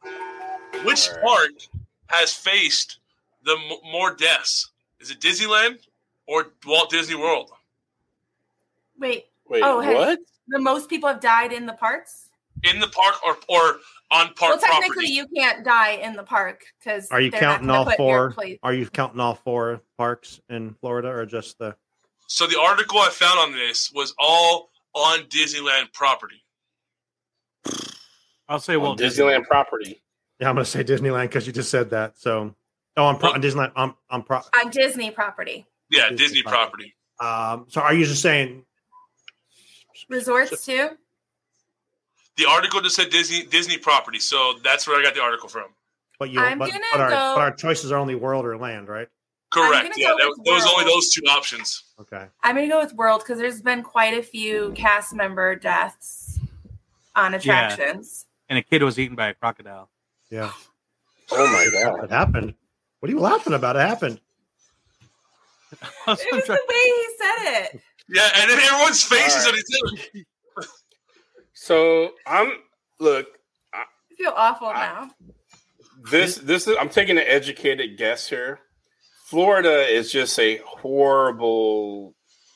Speaker 6: Which park has faced the m- more deaths? Is it Disneyland or Walt Disney World?
Speaker 5: Wait.
Speaker 6: Wait,
Speaker 5: has
Speaker 6: what?
Speaker 5: The most people have died in the parks.
Speaker 6: In the park or, or on park
Speaker 5: well, technically,
Speaker 6: property?
Speaker 5: you can't die in the park because
Speaker 2: Are you counting all four? Are you counting all four parks in Florida or just the?
Speaker 6: So the article I found on this was all on Disneyland property.
Speaker 8: I'll say
Speaker 7: Walt Disneyland property.
Speaker 2: Yeah, I'm going to say Disneyland because you just said that. So, oh, I'm pro- on Disneyland. I'm I'm pro.
Speaker 5: on Disney property,
Speaker 6: Yeah, Disney property.
Speaker 2: Um, so are you just saying?
Speaker 5: resorts too.
Speaker 6: The article just said Disney Disney property, so that's where I got the article from.
Speaker 2: But you.
Speaker 5: I'm
Speaker 2: but,
Speaker 5: gonna
Speaker 2: but our,
Speaker 5: go-
Speaker 2: but our choices are only world or land, right?
Speaker 6: Correct.
Speaker 5: gonna
Speaker 6: Yeah,
Speaker 5: go
Speaker 6: that,
Speaker 5: with
Speaker 6: there was
Speaker 5: world.
Speaker 6: only those two options.
Speaker 2: Okay.
Speaker 5: I'm gonna go with World because there's been quite a few cast member deaths on attractions.
Speaker 8: And a kid was eaten by a crocodile.
Speaker 2: Yeah.
Speaker 7: Oh my god!
Speaker 2: It happened. What are you laughing about? It happened.
Speaker 5: It was the way he said it.
Speaker 6: Yeah, and then everyone's faces
Speaker 7: All
Speaker 6: on it too.
Speaker 7: So I'm look.
Speaker 5: I feel awful now.
Speaker 7: This this is I'm taking an educated guess here. Florida is just a horrible.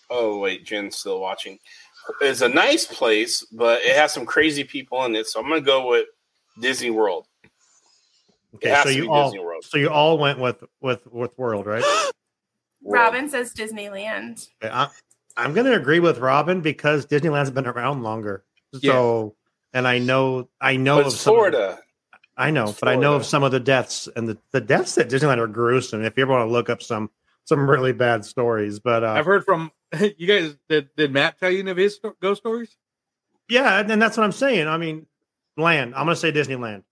Speaker 7: Oh wait, Jen's still watching. It's a nice place, but it has some crazy people in it. So I'm gonna go with Disney World.
Speaker 2: Okay,
Speaker 7: it has
Speaker 2: so
Speaker 7: to
Speaker 2: you
Speaker 7: be
Speaker 2: all
Speaker 7: Disney World.
Speaker 2: so you all went with with with world, right?
Speaker 5: Robin says Disneyland.
Speaker 2: Okay, I, I'm going to agree with Robin because Disneyland's been around longer. So, and I know I know
Speaker 7: But
Speaker 2: of
Speaker 7: it's
Speaker 2: some,
Speaker 7: Florida.
Speaker 2: I know, but I know of some of the deaths and the, the deaths at Disneyland are gruesome. If you ever want to look up some some really bad stories, but uh,
Speaker 8: I've heard from you guys. Did, did Matt tell you any of his sto- ghost stories?
Speaker 2: yeah, and, and that's what I'm saying. I mean, land. I'm going to say Disneyland.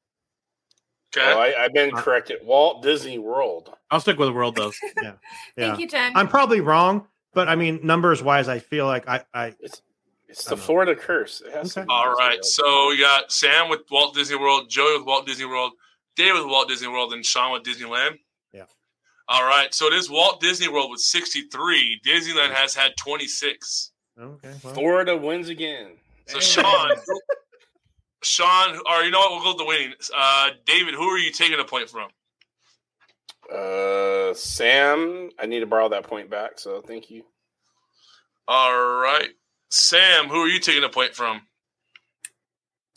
Speaker 7: Oh, I, I've
Speaker 2: Uh,
Speaker 7: been corrected. Walt Disney World.
Speaker 8: I'll stick with the world though.
Speaker 2: yeah.
Speaker 7: Thank you, Jen.
Speaker 2: I'm probably wrong, but I mean, numbers wise, I feel like I I
Speaker 7: It's
Speaker 2: Uh-huh.
Speaker 7: the Florida curse. It has to be
Speaker 6: All right, so we got Sam with Walt Disney World, Joey with Walt Disney World, Dave with Walt Disney World, and Sean with Disneyland.
Speaker 2: Yeah.
Speaker 6: All right, so it is Walt Disney World with 63. Disneyland has had 26.
Speaker 2: okay.
Speaker 7: Florida wins again.
Speaker 6: So Sean, Sean, or you know what? We'll go with the winning. Uh, David, who are you taking a point from?
Speaker 7: Uh, Sam, I need to borrow that point back. So thank you.
Speaker 6: All right, Sam, who are you taking a point from?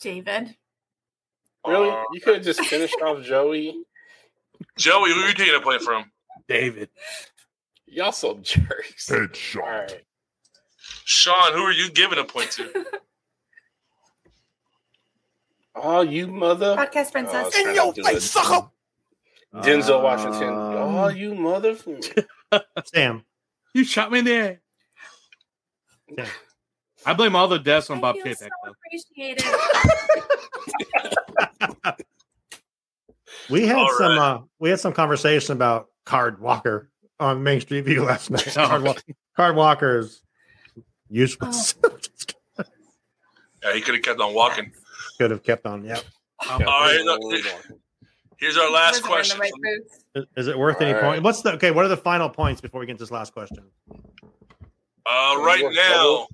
Speaker 5: David.
Speaker 7: Really, you could have just finished off Joey.
Speaker 6: Joey, who are you taking a point from?
Speaker 8: David.
Speaker 7: Y'all some jerks. All right.
Speaker 6: Sean, who are you giving a point to?
Speaker 7: Oh, you mother!
Speaker 5: Podcast princess.
Speaker 7: Oh, In your face, sucker! Denzel Washington.
Speaker 6: Um,
Speaker 7: oh, you mother!
Speaker 2: Sam,
Speaker 8: you shot me in the eye. I blame all the deaths on Bob Chapek. though.
Speaker 5: Appreciate it.
Speaker 2: We had some uh, we had some conversation about Card Walker on Main Street View last night. Card, Wa- Card Walker is useless.
Speaker 6: Yeah, he could have kept on walking.
Speaker 2: Could have kept on. Yeah.
Speaker 6: All right, look, here's our last question.
Speaker 2: Is- Is it worth any
Speaker 6: All
Speaker 2: point? What's the okay? What are the final points before we get to this last question?
Speaker 6: Uh, right now,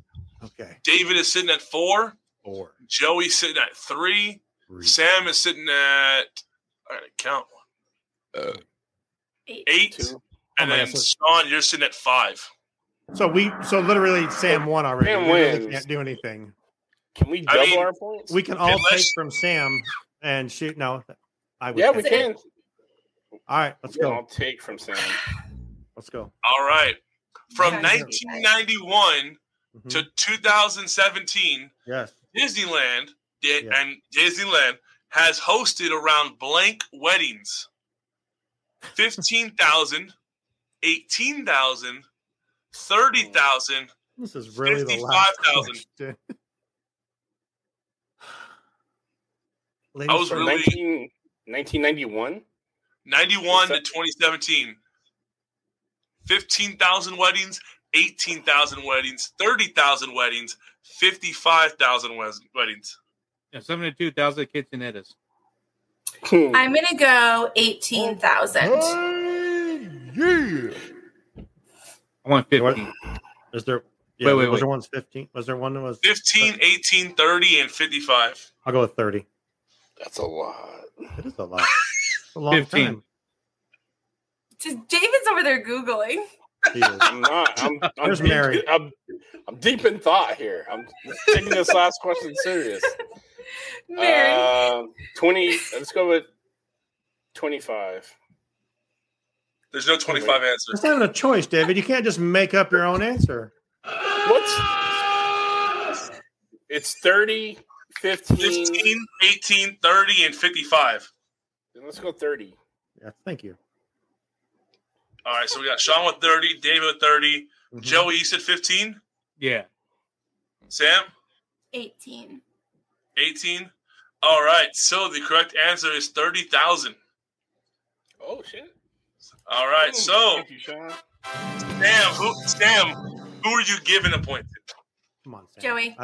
Speaker 2: okay.
Speaker 6: David is sitting at four.
Speaker 2: Four.
Speaker 6: Joey's sitting at three. Sam is sitting at. I gotta count one.
Speaker 5: eight.
Speaker 6: And
Speaker 2: Oh my
Speaker 6: then
Speaker 2: gosh, so-
Speaker 6: Sean, you're sitting at five.
Speaker 2: So we so literally Sam won already.
Speaker 6: Sam
Speaker 2: we really
Speaker 6: wins.
Speaker 2: can't do anything.
Speaker 7: Can we
Speaker 6: double our
Speaker 7: points?
Speaker 2: We can all
Speaker 6: Unless-
Speaker 2: take from Sam and shoot. No, I would
Speaker 7: Yeah, we
Speaker 2: take.
Speaker 7: can.
Speaker 2: All right, let's
Speaker 7: I'll
Speaker 2: go.
Speaker 7: take from Sam.
Speaker 2: Let's go.
Speaker 6: All right. From
Speaker 2: Yeah.
Speaker 6: 1991 to
Speaker 2: Hmm.
Speaker 6: 2017,
Speaker 2: Mm-hmm. Yes.
Speaker 6: Disneyland di- and Disneyland has hosted around blank weddings 15,000, 18,000, 30,000,
Speaker 2: This is really the last
Speaker 6: 55,000.
Speaker 2: question.
Speaker 6: I was
Speaker 7: From
Speaker 6: really-
Speaker 7: 19 1991.
Speaker 6: 91 to 2017. 15,000 weddings, 18,000 weddings, 30,000 weddings, 55,000 wes- weddings.
Speaker 8: Yeah, seventy-two thousand kitchenettas.
Speaker 5: I'm gonna go eighteen thousand.
Speaker 9: Yeah.
Speaker 8: I want 15.
Speaker 2: Is there? Yeah,
Speaker 8: Wait, wait,
Speaker 2: was
Speaker 8: wait.
Speaker 2: there one fifteen? Was there one that was?
Speaker 6: 15, 18, 30, and 55.
Speaker 2: I'll go with thirty.
Speaker 6: That's a lot.
Speaker 2: It is a lot. It's a long
Speaker 6: 15.
Speaker 2: time.
Speaker 5: Just David's over there googling.
Speaker 7: I'm not. I'm, I'm
Speaker 2: Where's
Speaker 7: deep,
Speaker 2: Mary?
Speaker 7: I'm, I'm deep in thought here. I'm taking this last question serious.
Speaker 5: Mary.
Speaker 7: Uh, Twenty. Let's go with twenty-five.
Speaker 6: There's no 25
Speaker 2: That's
Speaker 6: answers.
Speaker 2: not even a choice, David. You can't just make up your own answer.
Speaker 7: What's? It's 30, 15.
Speaker 6: 15, 18, 30, and 55.
Speaker 7: Then let's go thirty.
Speaker 2: Yeah, thank you.
Speaker 6: All right, so we got Sean with 30, David with 30, Joey, you said 15,
Speaker 8: Yeah.
Speaker 6: Sam,
Speaker 5: 18.
Speaker 6: 18. All right, so the correct answer is 30,000.
Speaker 7: Oh shit!
Speaker 6: All right, so
Speaker 7: Thank you, Sean.
Speaker 6: Sam, who, Sam, who are you giving a point to?
Speaker 2: Come on, Sam.
Speaker 5: Joey.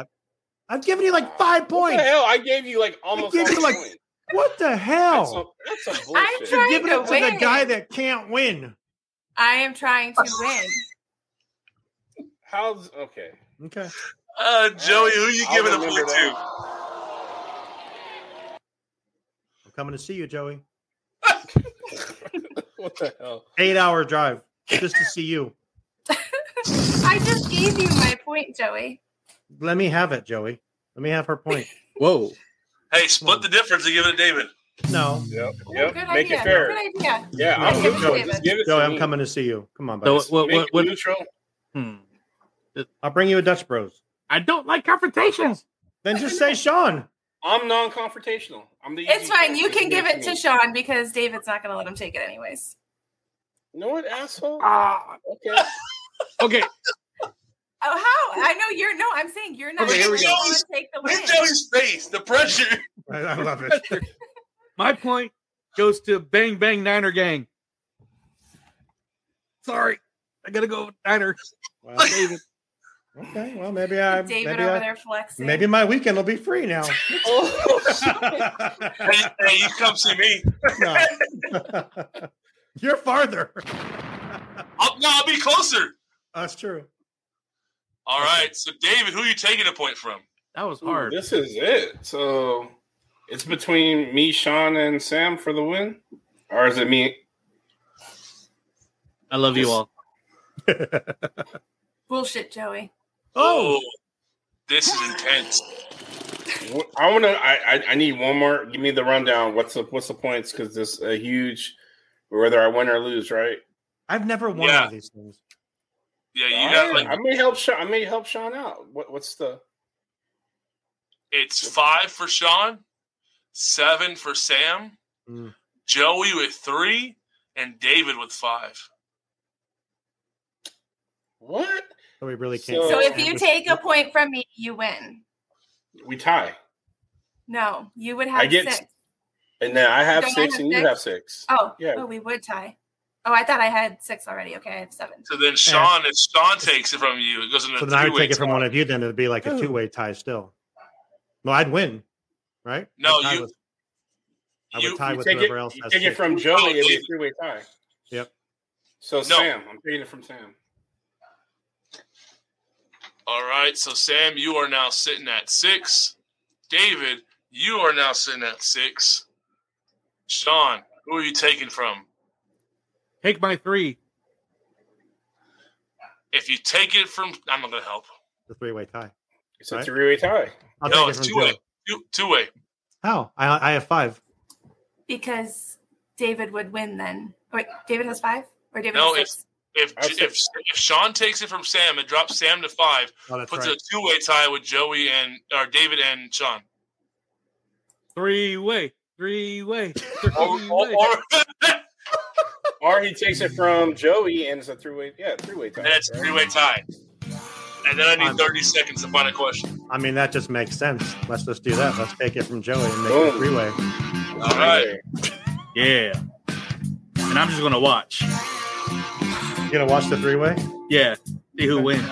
Speaker 2: I've given you like five
Speaker 7: What the
Speaker 2: points.
Speaker 7: hell? I gave you like
Speaker 2: I
Speaker 7: almost.
Speaker 2: gave you
Speaker 7: all
Speaker 2: like
Speaker 7: the points.
Speaker 2: what the hell?
Speaker 7: That's a, that's a
Speaker 5: I'm
Speaker 7: bullshit.
Speaker 5: trying
Speaker 2: Giving
Speaker 5: to
Speaker 2: it to
Speaker 5: win.
Speaker 2: the guy that can't win.
Speaker 5: I am trying to win.
Speaker 7: How's okay?
Speaker 2: Okay.
Speaker 6: Uh, Joey, who are you
Speaker 7: I'll
Speaker 6: giving a
Speaker 7: remember
Speaker 6: point to?
Speaker 2: I'm coming to see you, Joey.
Speaker 7: What the hell?
Speaker 2: Eight hour drive just to see you.
Speaker 5: I just gave you my point, Joey.
Speaker 2: Let me have it, Joey. Let me have her point.
Speaker 8: Whoa.
Speaker 6: Hey, split the difference and give it to David.
Speaker 2: No.
Speaker 7: Yep.
Speaker 5: Oh, good
Speaker 7: Make
Speaker 5: idea.
Speaker 7: it fair.
Speaker 5: Good idea.
Speaker 7: Yeah,
Speaker 2: No,
Speaker 7: I'm
Speaker 5: give it
Speaker 7: neutral.
Speaker 5: to
Speaker 7: Just
Speaker 5: David.
Speaker 7: give it
Speaker 2: Joey,
Speaker 7: to
Speaker 2: I'm
Speaker 7: me.
Speaker 2: coming to see you. Come on, buddy.
Speaker 8: So what? What?
Speaker 7: Make
Speaker 8: What?
Speaker 7: it
Speaker 8: what-
Speaker 7: neutral.
Speaker 8: hmm.
Speaker 2: I'll bring you a Dutch Bros.
Speaker 8: I don't like confrontations.
Speaker 2: Then just say Sean.
Speaker 7: I'm non-confrontational. I'm the.
Speaker 5: It's
Speaker 7: easy
Speaker 5: fine.
Speaker 7: type.
Speaker 5: You
Speaker 7: Just
Speaker 5: can give it to
Speaker 7: me.
Speaker 5: Sean because David's not going to let him take it anyways.
Speaker 7: You know what, asshole?
Speaker 8: Ah,
Speaker 7: Okay.
Speaker 8: okay.
Speaker 5: Oh, how? I know you're. No, I'm saying you're not
Speaker 6: Okay, here
Speaker 5: going to
Speaker 6: we go.
Speaker 5: let him take the
Speaker 6: Look
Speaker 5: win.
Speaker 6: at Joey's face, the pressure.
Speaker 2: I, I love it.
Speaker 8: My point goes to Bang Bang Niner Gang. Sorry, I gotta go with Niner.
Speaker 2: Well,
Speaker 8: David.
Speaker 2: okay. Well, maybe I.
Speaker 5: David
Speaker 2: maybe
Speaker 5: over
Speaker 2: I,
Speaker 5: there flexing.
Speaker 2: Maybe my weekend will be free now.
Speaker 6: hey, hey, you come see me.
Speaker 2: No. You're farther.
Speaker 6: I'll, no, I'll be closer.
Speaker 2: That's true.
Speaker 6: All right, so David, who are you taking a point from?
Speaker 8: That was hard.
Speaker 7: This is it. So it's between me, Sean, and Sam for the win, or is it me?
Speaker 8: I love you all.
Speaker 5: Bullshit, Joey.
Speaker 6: Oh, this is intense.
Speaker 7: Wh- I want to. I, I I need one more. Give me the rundown. What's the What's the points? Because this a huge. Whether I win or lose, right?
Speaker 2: I've never won
Speaker 6: Yeah.
Speaker 2: one of these things.
Speaker 6: Yeah, you got
Speaker 7: I, I
Speaker 6: like
Speaker 7: may help. Sean, I may help Sean out. What What's the?
Speaker 6: it's five for Sean, seven for Sam,
Speaker 7: Hmm.
Speaker 2: Mm.
Speaker 6: Joey with three, and David with five.
Speaker 7: What?
Speaker 2: So we really can't.
Speaker 7: So-
Speaker 5: So if you take a point from me, you win.
Speaker 7: We tie,
Speaker 5: No, you would have
Speaker 7: I get-
Speaker 5: six.
Speaker 7: and then I have
Speaker 5: Don't I
Speaker 7: six,
Speaker 5: have
Speaker 7: and you
Speaker 5: six?
Speaker 7: have six.
Speaker 5: Oh,
Speaker 7: Yeah.
Speaker 5: oh, we would tie. Oh, I thought I had six already. Okay, I have seven.
Speaker 6: So then Sean, if Sean takes it from you, it goes into
Speaker 2: So
Speaker 6: a
Speaker 2: then I would
Speaker 6: three-way
Speaker 2: take it from
Speaker 6: tie.
Speaker 2: one of you. Then it'd be like a
Speaker 8: Ooh.
Speaker 2: two way tie still. No, I'd win, right?
Speaker 6: No,
Speaker 2: I'd tie
Speaker 6: you-
Speaker 2: with- I would
Speaker 6: you-
Speaker 2: tie
Speaker 7: You
Speaker 2: with
Speaker 7: take it,
Speaker 2: whoever else
Speaker 7: you
Speaker 2: has
Speaker 7: take it
Speaker 2: six.
Speaker 7: from
Speaker 6: Oh,
Speaker 7: Joey. It'd be a
Speaker 6: David.
Speaker 7: three way tie.
Speaker 2: Yep.
Speaker 7: So
Speaker 6: No.
Speaker 7: Sam, I'm taking it from Sam.
Speaker 6: All right, so Sam, you are now sitting at six. David, you are now sitting at six. Sean, who are you taking from?
Speaker 8: Take my three.
Speaker 6: If you take it from, I'm not gonna help.
Speaker 2: The three way tie.
Speaker 7: It's a
Speaker 2: Right.
Speaker 7: three way tie.
Speaker 2: I'll take
Speaker 6: no,
Speaker 2: it
Speaker 6: it's
Speaker 2: from
Speaker 6: two way.
Speaker 2: Joey.
Speaker 6: Two, two way.
Speaker 2: How? I I have five.
Speaker 5: Because David would win then. Wait, David has five? Or David
Speaker 6: No,
Speaker 5: has six?
Speaker 6: If,
Speaker 7: I'll
Speaker 6: if if Sean takes it from Sam, it drops Sam to five,
Speaker 2: Oh, that's
Speaker 6: puts
Speaker 2: right.
Speaker 6: a two way tie with Joey and or David and Sean.
Speaker 8: Three way. Three way.
Speaker 7: Or,
Speaker 8: Three
Speaker 7: or,
Speaker 8: way.
Speaker 7: or- or he takes it from Joey and it's a three way. Yeah, three way tie.
Speaker 6: And that's a
Speaker 7: right?
Speaker 6: three way tie. And then I
Speaker 2: I'm-
Speaker 6: need 30 seconds to find a question.
Speaker 2: I mean, that just makes sense. Let's just do that. Let's take it from Joey and make it
Speaker 7: Boom.
Speaker 2: three way.
Speaker 6: All right.
Speaker 8: Yeah. And I'm just gonna watch.
Speaker 2: You gonna watch the three way?
Speaker 8: Yeah. See who wins.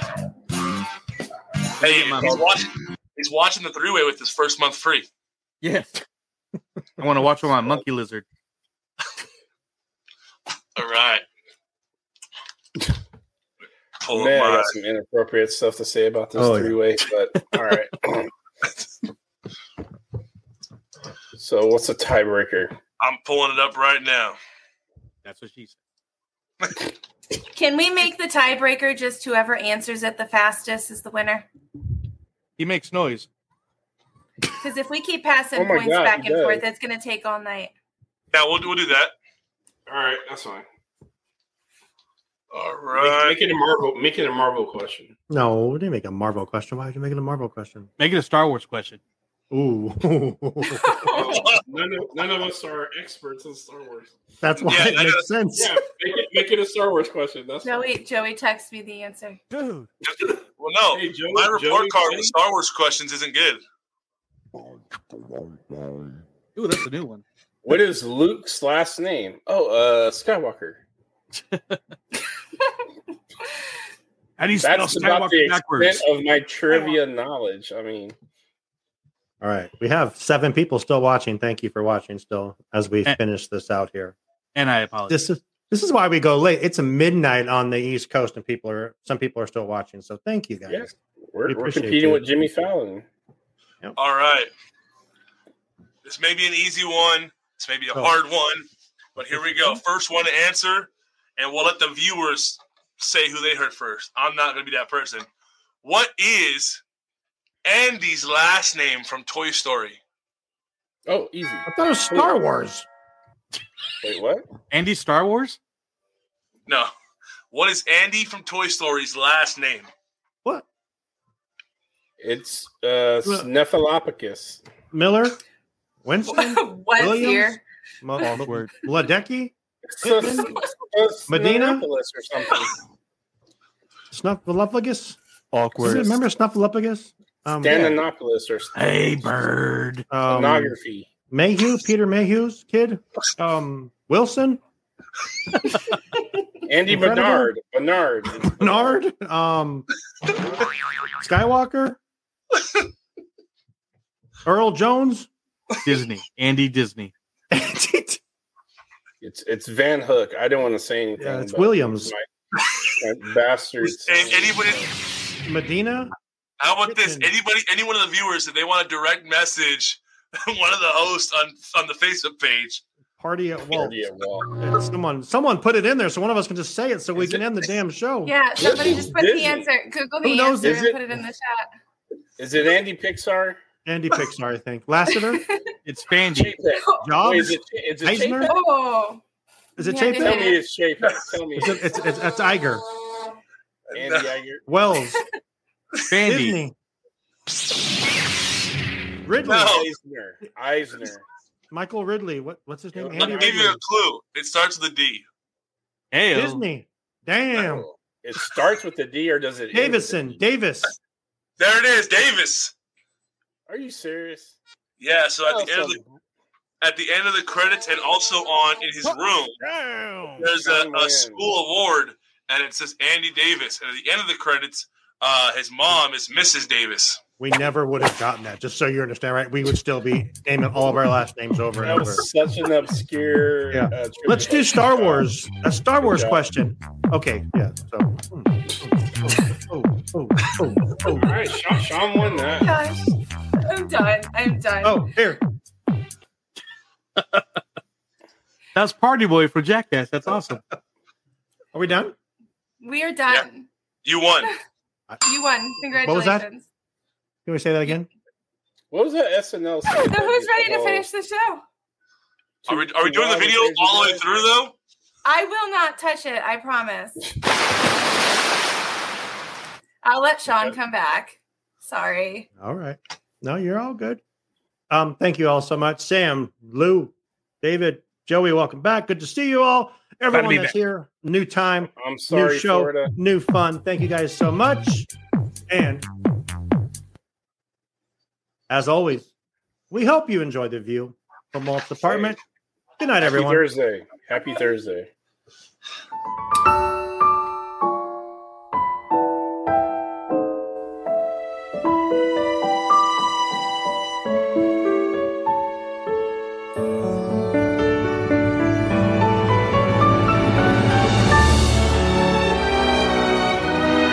Speaker 6: Hey,
Speaker 8: my
Speaker 6: he's
Speaker 8: mom.
Speaker 6: watching, he's watching the three way with his first month free.
Speaker 8: Yeah. I want to watch with my monkey lizard.
Speaker 6: All right.
Speaker 15: Oh
Speaker 6: pull
Speaker 7: Man,
Speaker 6: up
Speaker 7: I
Speaker 6: my.
Speaker 7: got some inappropriate stuff to say about this
Speaker 6: Oh, yeah.
Speaker 7: 3 way, but all right. so, what's a tiebreaker?
Speaker 6: I'm pulling it up right now.
Speaker 8: That's what she said.
Speaker 5: Can we make the tiebreaker just whoever answers it the fastest is the winner?
Speaker 8: He makes noise.
Speaker 5: Because if we keep passing
Speaker 6: Oh my
Speaker 5: points
Speaker 6: God,
Speaker 5: back
Speaker 6: he
Speaker 5: and
Speaker 6: does.
Speaker 5: forth, it's going to take all night.
Speaker 6: Yeah, we'll, we'll do that.
Speaker 15: All right, that's fine.
Speaker 6: All
Speaker 15: right, make, make it a Marvel. Make it a Marvel question.
Speaker 2: No, we didn't make a Marvel question. Why would you make it a Marvel question?
Speaker 8: Make it a Star Wars question.
Speaker 2: Ooh.
Speaker 15: none, of, none of us are experts in Star Wars.
Speaker 2: That's why Yeah, it I makes know. sense.
Speaker 15: Yeah, make it, make it a Star Wars question. That's
Speaker 5: Joey, Joey texts me the answer.
Speaker 2: Dude.
Speaker 6: Well, no, my report
Speaker 15: Joey,
Speaker 6: card
Speaker 15: Joey?
Speaker 6: with Star Wars questions isn't good.
Speaker 8: Ooh, that's a new one.
Speaker 7: What is Luke's last name? Oh, uh, Skywalker.
Speaker 8: How do you
Speaker 7: That's
Speaker 2: spell
Speaker 7: about the extent
Speaker 2: Skywalker backwards?
Speaker 7: of my trivia knowledge. I mean,
Speaker 2: All right. We have seven people still watching. Thank you for watching still as we finish this out here.
Speaker 8: And I apologize.
Speaker 2: This is this is why we go late. It's midnight on the East Coast and people are some people are still watching. So thank you guys.
Speaker 7: yeah, we're,
Speaker 2: We
Speaker 7: we're
Speaker 2: appreciate
Speaker 7: competing
Speaker 2: you.
Speaker 7: with Jimmy Fallon.
Speaker 6: All right. This may be an easy one. This may be a
Speaker 7: Oh.
Speaker 6: hard one. But here we go. First one to answer, and we'll let the viewers say who they heard first. I'm not going to be that person. What is Andy's last name from Toy Story?
Speaker 7: Oh, easy. I
Speaker 2: thought it was Star Wars.
Speaker 7: Wait, what?
Speaker 8: Andy Star Wars?
Speaker 6: No. What is Andy from Toy Story's last name?
Speaker 7: It's uh, Snuffleupagus.
Speaker 2: Miller, Winston,
Speaker 5: What is
Speaker 2: Williams?
Speaker 5: here?
Speaker 2: Mo- Ledecky,
Speaker 7: So-
Speaker 2: Pittman?
Speaker 7: so
Speaker 2: Medina? Oh,
Speaker 7: Snuffleupagus or something.
Speaker 2: Snuffleupagus. Awkward. Remember Snuffleupagus? Um,
Speaker 7: Daninopolis or
Speaker 2: Hey,
Speaker 7: bird.
Speaker 2: Um,
Speaker 7: Pornography.
Speaker 2: Mayhew, Peter Mayhew's kid. Um, Wilson,
Speaker 7: Andy
Speaker 2: Incredible.
Speaker 7: Bernard. Bernard.
Speaker 2: Bernard, um, Skywalker, Earl Jones.
Speaker 8: Disney. Andy Disney.
Speaker 7: It's it's Van Hook. I don't want to say anything.
Speaker 2: Yeah, it's
Speaker 7: but
Speaker 2: Williams.
Speaker 7: My, my bastards.
Speaker 6: Anybody?
Speaker 2: Medina.
Speaker 6: How about this? Anybody? Any one of the viewers, if they want to direct message one of the hosts on on the Facebook page,
Speaker 2: Party at Walt.
Speaker 7: Party at
Speaker 2: Yeah, Someone, someone put it in there so one of us can just say it so we can end the damn show.
Speaker 5: Yeah, somebody just put
Speaker 7: Disney.
Speaker 5: the answer. Google
Speaker 2: Who
Speaker 5: the
Speaker 2: knows?
Speaker 5: answer
Speaker 2: Is
Speaker 5: and
Speaker 2: it-
Speaker 5: put it in the chat.
Speaker 7: Is it Andy Pixar?
Speaker 2: Andy Pixar, I think. Lassiter,
Speaker 8: it's Fandy.
Speaker 2: Jobs,
Speaker 7: Wait, is it, is it
Speaker 2: Eisner?
Speaker 7: Chapek?
Speaker 5: Oh.
Speaker 2: Is it
Speaker 5: Yeah,
Speaker 2: Chapek?
Speaker 5: they
Speaker 7: Tell
Speaker 5: did
Speaker 7: me
Speaker 5: it.
Speaker 7: it's Chapek. Tell me
Speaker 2: It's,
Speaker 7: it's
Speaker 2: it's, it's, it's Iger,
Speaker 7: Andy Iger.
Speaker 2: Wells,
Speaker 8: Fandy.
Speaker 2: Disney, Ridley,
Speaker 7: Eisner. Eisner.
Speaker 2: Michael Ridley. What, what's his name?
Speaker 6: I'll
Speaker 2: Andy
Speaker 6: give you
Speaker 2: Ridley.
Speaker 6: a clue. It starts with a D.
Speaker 8: Hey,
Speaker 2: Disney. Damn.
Speaker 7: It starts with the D or does it? end with
Speaker 2: Davison, Davis.
Speaker 6: There it is, Davis.
Speaker 7: the- Are you serious?
Speaker 6: Yeah. So at
Speaker 7: Oh,
Speaker 6: the end of the at the end of the credits, and also on in his room, there's a, a school award, and it says Andy Davis. And at the end of the credits, uh, his mom is Mrs. Davis.
Speaker 2: We never would have gotten that, just so you understand, right? We would still be naming all of our last names over
Speaker 7: That
Speaker 2: and over.
Speaker 7: was such an obscure.
Speaker 2: Yeah.
Speaker 7: uh, trivia
Speaker 2: Let's do
Speaker 7: question.
Speaker 2: Star Wars. A Star
Speaker 7: Good
Speaker 2: Wars
Speaker 7: job.
Speaker 2: question. Okay. Yeah. So hmm,
Speaker 7: All right, Sean, Sean won that.
Speaker 5: Gosh, I'm done. I'm done.
Speaker 2: Oh, here.
Speaker 8: That's Party Boy for Jackass. That's awesome.
Speaker 2: Are we done?
Speaker 5: We are done.
Speaker 6: You won.
Speaker 5: You won.
Speaker 2: What was that?
Speaker 5: Congratulations.
Speaker 2: can we say that again?
Speaker 7: What was that SNL?
Speaker 5: So
Speaker 7: skit that
Speaker 5: who's
Speaker 7: you-
Speaker 5: ready to
Speaker 7: oh,
Speaker 5: finish the show?
Speaker 6: Are we, are we doing the video all the way through though?
Speaker 5: I will not touch it. I promise. I'll let Sean come back. Sorry.
Speaker 2: All right. No, you're all good. Um, thank you all so much. Sam, Lou, David, Joey, welcome back. Good to see you all. Everyone
Speaker 7: be
Speaker 2: that's
Speaker 7: back.
Speaker 2: here, new time,
Speaker 7: I'm sorry,
Speaker 2: new show,
Speaker 7: Florida.
Speaker 2: new fun. Thank you guys so much. And as always, we hope you enjoy the view from Walt's apartment. Good night,
Speaker 7: Happy
Speaker 2: everyone.
Speaker 7: Thursday. Happy Thursday.
Speaker 16: Thank